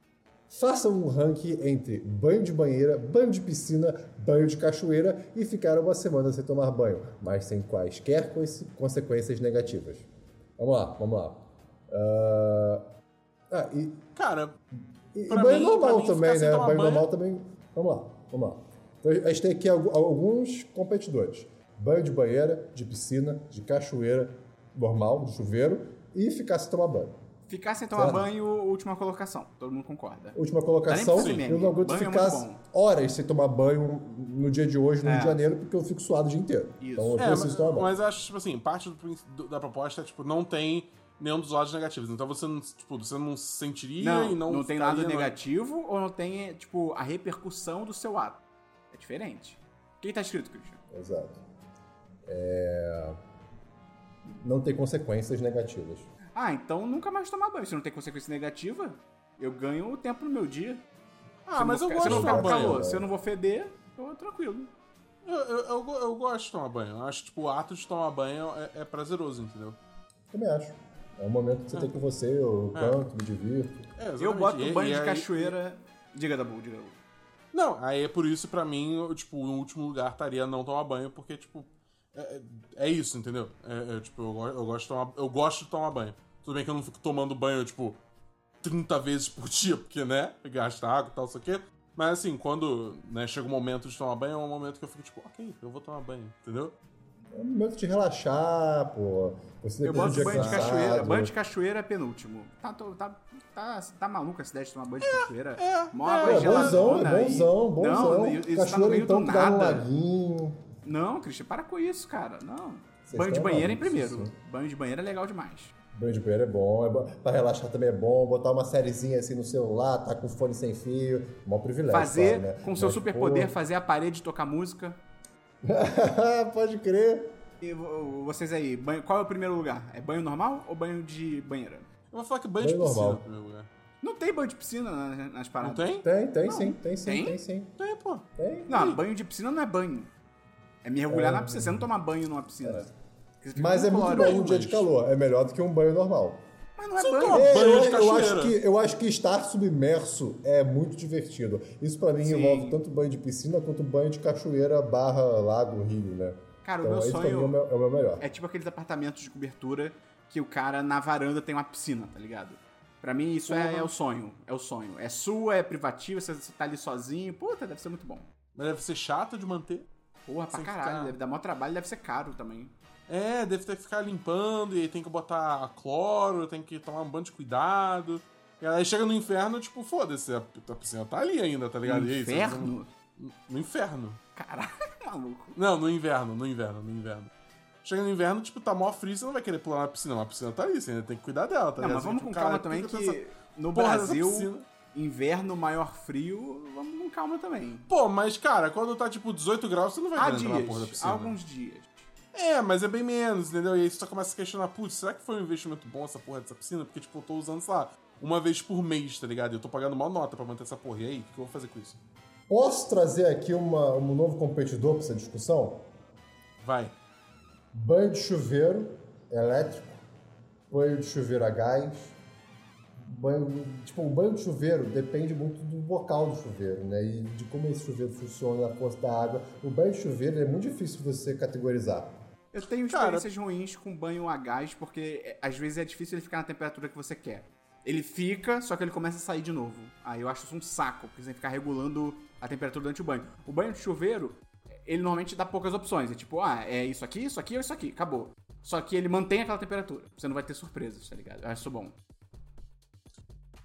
Speaker 2: Faça um ranking entre banho de banheira, banho de piscina, banho de cachoeira e ficar uma semana sem tomar banho, mas sem quaisquer conse- consequências negativas. Vamos lá, vamos lá. Ah, ah, e,
Speaker 3: Cara,
Speaker 2: e- e
Speaker 3: Pra
Speaker 2: banho
Speaker 3: mim- pra
Speaker 2: normal
Speaker 3: mim,
Speaker 2: também,
Speaker 3: ficar sem
Speaker 2: né?
Speaker 3: tomar
Speaker 2: Banho
Speaker 3: banho- é
Speaker 2: normal também. Vamos lá, vamos lá. Então, a gente tem aqui algu- alguns competidores: banho de banheira, de piscina, de cachoeira normal, de chuveiro e ficar sem tomar banho.
Speaker 1: Ficar sem tomar
Speaker 2: Claro.
Speaker 1: banho, última colocação. Todo mundo concorda.
Speaker 2: Última
Speaker 1: Tá
Speaker 2: colocação,
Speaker 1: nem possível,
Speaker 2: eu não aguento
Speaker 1: banho é
Speaker 2: ficar
Speaker 1: muito bom.
Speaker 2: horas sem tomar banho no dia de hoje, no
Speaker 1: É.
Speaker 2: Rio de Janeiro, porque eu fico suado o dia inteiro.
Speaker 1: Isso.
Speaker 2: Então eu
Speaker 3: é,
Speaker 2: preciso
Speaker 3: mas,
Speaker 2: tomar banho.
Speaker 3: mas eu acho, tipo assim, parte do princ- do- da proposta é, tipo, não tem nenhum dos lados negativos. Então você não, tipo, você não se sentiria
Speaker 1: Não,
Speaker 3: e não
Speaker 1: não, tem nada
Speaker 3: ficaria né? na-
Speaker 1: negativo ou não tem, é, tipo, a repercussão do seu ato. É diferente. O que tá escrito, Christian?
Speaker 2: Exato. É, Não tem consequências negativas.
Speaker 1: Ah, então nunca mais tomar banho. Se não tem consequência negativa, eu ganho o tempo no meu dia.
Speaker 3: Ah, mas eu
Speaker 1: ficar- se
Speaker 3: gosto de
Speaker 1: não ficar
Speaker 3: tomar
Speaker 1: com
Speaker 3: banho.
Speaker 1: calor, se eu não vou feder, tô tranquilo.
Speaker 3: Eu, eu, eu go- eu gosto de tomar banho. Eu acho que, tipo, o ato de tomar banho é, é prazeroso, entendeu?
Speaker 2: Também acho. É um momento que
Speaker 1: Ah.
Speaker 2: você tem com você, eu canto, me divirto.
Speaker 3: É, exatamente.
Speaker 1: Eu boto
Speaker 3: E-
Speaker 1: banho
Speaker 3: e
Speaker 1: de
Speaker 3: aí-
Speaker 1: cachoeira. Diga, Dabu, diga, Dabu.
Speaker 3: Não, aí é por isso, pra mim, eu, tipo, no último lugar estaria não tomar banho, porque, tipo, é, é é isso, entendeu? É, é, tipo, eu, go- eu gosto de tomar, eu gosto de tomar banho. Tudo bem que eu não fico tomando banho, tipo, 30 vezes por dia, porque, né, gasta água e tal, isso aqui. Mas, assim, quando né, chega o momento de tomar banho, é um momento que eu fico, tipo, ok, eu vou tomar banho, entendeu?
Speaker 2: É um momento de relaxar, pô. Você
Speaker 1: Eu
Speaker 2: depois de um
Speaker 1: boto banho
Speaker 2: dia
Speaker 1: de
Speaker 2: cansado.
Speaker 1: cachoeira. Banho de cachoeira é penúltimo. Tá, tô- tá, tá, tá maluco essa ideia de tomar banho de cachoeira? Mó água
Speaker 2: É, bonzão,
Speaker 1: geladona
Speaker 2: é
Speaker 1: aí.
Speaker 2: bonzão, bonzão.
Speaker 1: Não, isso tá no
Speaker 2: Cachoeira,
Speaker 1: meio
Speaker 2: então,
Speaker 1: do
Speaker 2: que dá um
Speaker 1: nada.
Speaker 2: laguinho.
Speaker 1: Não, Christian, para com isso, cara. Não.
Speaker 2: Vocês
Speaker 1: banho de
Speaker 2: estão
Speaker 1: banheira em
Speaker 2: malucos,
Speaker 1: primeiro.
Speaker 2: sim.
Speaker 1: Banho de banheira é legal demais.
Speaker 2: Banho de banheiro é bom, é bom. Pra relaxar também é bom. Botar uma sériezinha assim no celular, tá com fone sem fio. Mó privilégio.
Speaker 1: Fazer,
Speaker 2: claro, né?
Speaker 1: com seu
Speaker 2: Mas,
Speaker 1: superpoder, fazer a parede tocar música.
Speaker 2: pô, Pode crer.
Speaker 1: E vo- vocês aí, banho- qual é o primeiro lugar? É banho normal ou banho de banheira?
Speaker 3: Eu vou falar que banho,
Speaker 2: Banho
Speaker 3: de piscina,
Speaker 2: normal.
Speaker 3: no primeiro lugar.
Speaker 1: Não tem banho de piscina na- nas
Speaker 3: Não
Speaker 1: paradas.
Speaker 3: tem?
Speaker 2: Tem, tem sim, tem sim,
Speaker 1: Tem?
Speaker 2: tem, sim.
Speaker 3: Tem, pô.
Speaker 2: Tem.
Speaker 1: Não, banho de piscina não é banho. É mergulhar na piscina. Você não toma banho numa piscina. Você fica
Speaker 2: Ah. É. Mas
Speaker 1: com
Speaker 2: é muito
Speaker 1: cloro.
Speaker 2: bom um dia de
Speaker 3: mas-
Speaker 2: calor. É melhor do que um banho normal.
Speaker 1: Mas não é
Speaker 3: Você
Speaker 1: banho.
Speaker 3: toma
Speaker 2: É,
Speaker 3: Banho
Speaker 2: eu,
Speaker 3: de
Speaker 2: eu acho
Speaker 3: cachoeira.
Speaker 2: que, eu acho que estar submerso é muito divertido. Isso pra mim
Speaker 1: Sim.
Speaker 2: envolve tanto banho de piscina quanto banho de cachoeira barra lago, rio, né?
Speaker 1: Cara, o
Speaker 2: então,
Speaker 1: meu
Speaker 2: esse pra
Speaker 1: sonho-
Speaker 2: mim é o meu, é o meu melhor.
Speaker 1: É tipo aqueles apartamentos de cobertura que o cara na varanda tem uma piscina, tá ligado? Pra mim isso é,
Speaker 2: Uhum.
Speaker 1: é o sonho. É o sonho. É sua, é privativa, você, você tá ali sozinho. Puta, deve ser muito bom.
Speaker 3: Mas deve ser chato de manter.
Speaker 1: Porra, pra
Speaker 3: Sem
Speaker 1: caralho.
Speaker 3: ficar-
Speaker 1: Deve dar maior trabalho, deve ser caro também.
Speaker 3: É, deve ter que ficar limpando, e aí tem que botar cloro, tem que tomar um banho de cuidado. E aí chega no inferno, tipo, foda-se, a, a piscina tá ali ainda, tá ligado? E aí, você-
Speaker 1: Um Inferno?
Speaker 3: No inferno.
Speaker 1: Caralho, é maluco.
Speaker 3: Não, no inverno, no inverno, no inverno. Chega no inverno, tipo, tá mó frio, você não vai querer pular na piscina, mas a piscina tá ali, você ainda tem que cuidar dela, tá
Speaker 1: Não,
Speaker 3: ligado?
Speaker 1: mas
Speaker 3: Você,
Speaker 1: vamos
Speaker 3: tipo,
Speaker 1: com
Speaker 3: cara,
Speaker 1: calma
Speaker 3: por
Speaker 1: também
Speaker 3: que
Speaker 1: que,
Speaker 3: eu tô nessa
Speaker 1: no
Speaker 3: porra é dessa
Speaker 1: Brasil,
Speaker 3: piscina?
Speaker 1: inverno, maior frio, vamos com calma também.
Speaker 3: Pô, mas cara, quando tá tipo 18 graus, você não vai
Speaker 1: Há
Speaker 3: querer entrar na porra da
Speaker 1: dias,
Speaker 3: piscina.
Speaker 1: há alguns dias.
Speaker 3: É, mas é bem menos, entendeu? E aí você só começa a se questionar, putz, será que foi um investimento bom essa porra dessa piscina? Porque, tipo, eu tô usando, sei lá, uma vez por mês, tá ligado? Eu tô pagando mal nota pra manter essa porra. E aí, o que eu vou fazer com isso?
Speaker 2: Posso trazer aqui uma- um novo competidor pra essa discussão?
Speaker 3: Vai.
Speaker 2: Banho de chuveiro elétrico, banho de chuveiro a gás, banho, tipo, o banho de chuveiro depende muito do local do chuveiro, né? E de como esse chuveiro funciona, a força da água. O banho de chuveiro é muito difícil você categorizar.
Speaker 1: Eu tenho
Speaker 3: Cara-
Speaker 1: experiências ruins com banho a gás, porque é, às vezes é difícil ele ficar na temperatura que você quer. Ele fica, só que ele começa a sair de novo. Aí eu acho isso um saco, porque você tem que ficar regulando a temperatura durante o banho. O banho de chuveiro, ele normalmente dá poucas opções. É tipo, ah, é isso aqui, isso aqui ou isso aqui, acabou. Só que ele mantém aquela temperatura. Você não vai ter surpresas, tá ligado? Eu acho isso bom.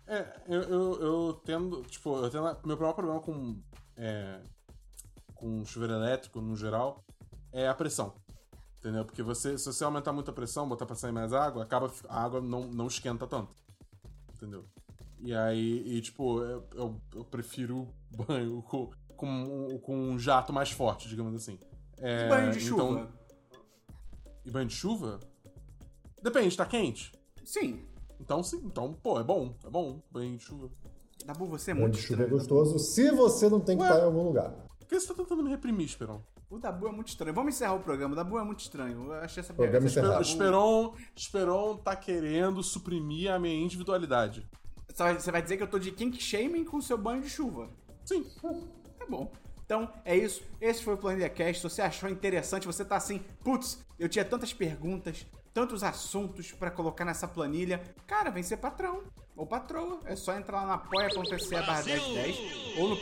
Speaker 3: É, eu, eu, eu tendo, tipo, eu tendo, meu maior problema com, é, com chuveiro elétrico, no geral, é a pressão. Entendeu? Porque você, se você aumentar muito a pressão, botar pra sair mais água, acaba, fi- a água não, não esquenta tanto. Entendeu? E aí, e, tipo, eu, eu, eu prefiro banho com, com, um- com um jato mais forte, digamos assim. É,
Speaker 1: E Um banho de chuva?
Speaker 3: então- e banho de chuva? Depende, tá quente?
Speaker 1: Sim.
Speaker 3: Então sim, então, pô, é bom, é bom, banho de chuva.
Speaker 1: Dabu, você é
Speaker 2: Banho
Speaker 1: muito
Speaker 2: de chuveiro é
Speaker 1: estranho. Dabu.
Speaker 2: gostoso se você não tem que
Speaker 3: Ué.
Speaker 2: estar em algum lugar.
Speaker 3: Por que você tá tentando me reprimir, Esperão?
Speaker 1: O Dabu é muito estranho. Vamos encerrar o programa. O Dabu é muito estranho. Eu achei essa
Speaker 2: Programa
Speaker 1: essa-
Speaker 2: encerrado.
Speaker 3: tá Esperon, Esperon tá querendo suprimir a minha individualidade.
Speaker 1: Você vai dizer que eu tô de kink shaming com o seu banho de chuva.
Speaker 3: Sim.
Speaker 1: Tá bom. Então, é isso. Esse foi o Planilha Cast. Se você achou interessante, você tá assim, putz, eu tinha tantas perguntas, tantos assuntos pra colocar nessa planilha. Cara, vem ser patrão ou patroa. É só entrar lá na apoia.se barra 1010 ou no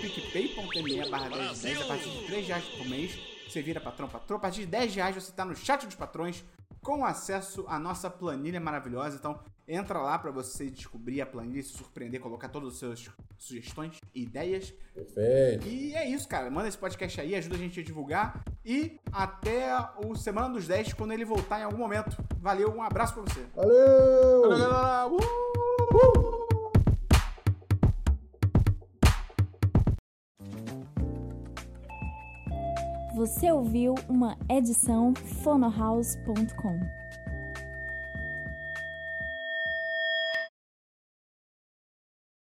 Speaker 1: picpay.me barra 1010 a partir de 3 reais por mês. Você vira patrão, patroa. A partir de 10 reais você tá no chat dos patrões com acesso à nossa planilha maravilhosa. Então, entra lá pra você descobrir a planilha, se surpreender, colocar todas as suas sugestões e ideias.
Speaker 5: Perfeito.
Speaker 1: E é isso, cara. Manda esse podcast aí, ajuda a gente a divulgar. E até o Semana dos 10, quando ele voltar em algum momento. Valeu, um abraço pra você.
Speaker 5: Valeu!
Speaker 3: Olha, galera, uh!
Speaker 6: Você ouviu uma edição fonohouse.com.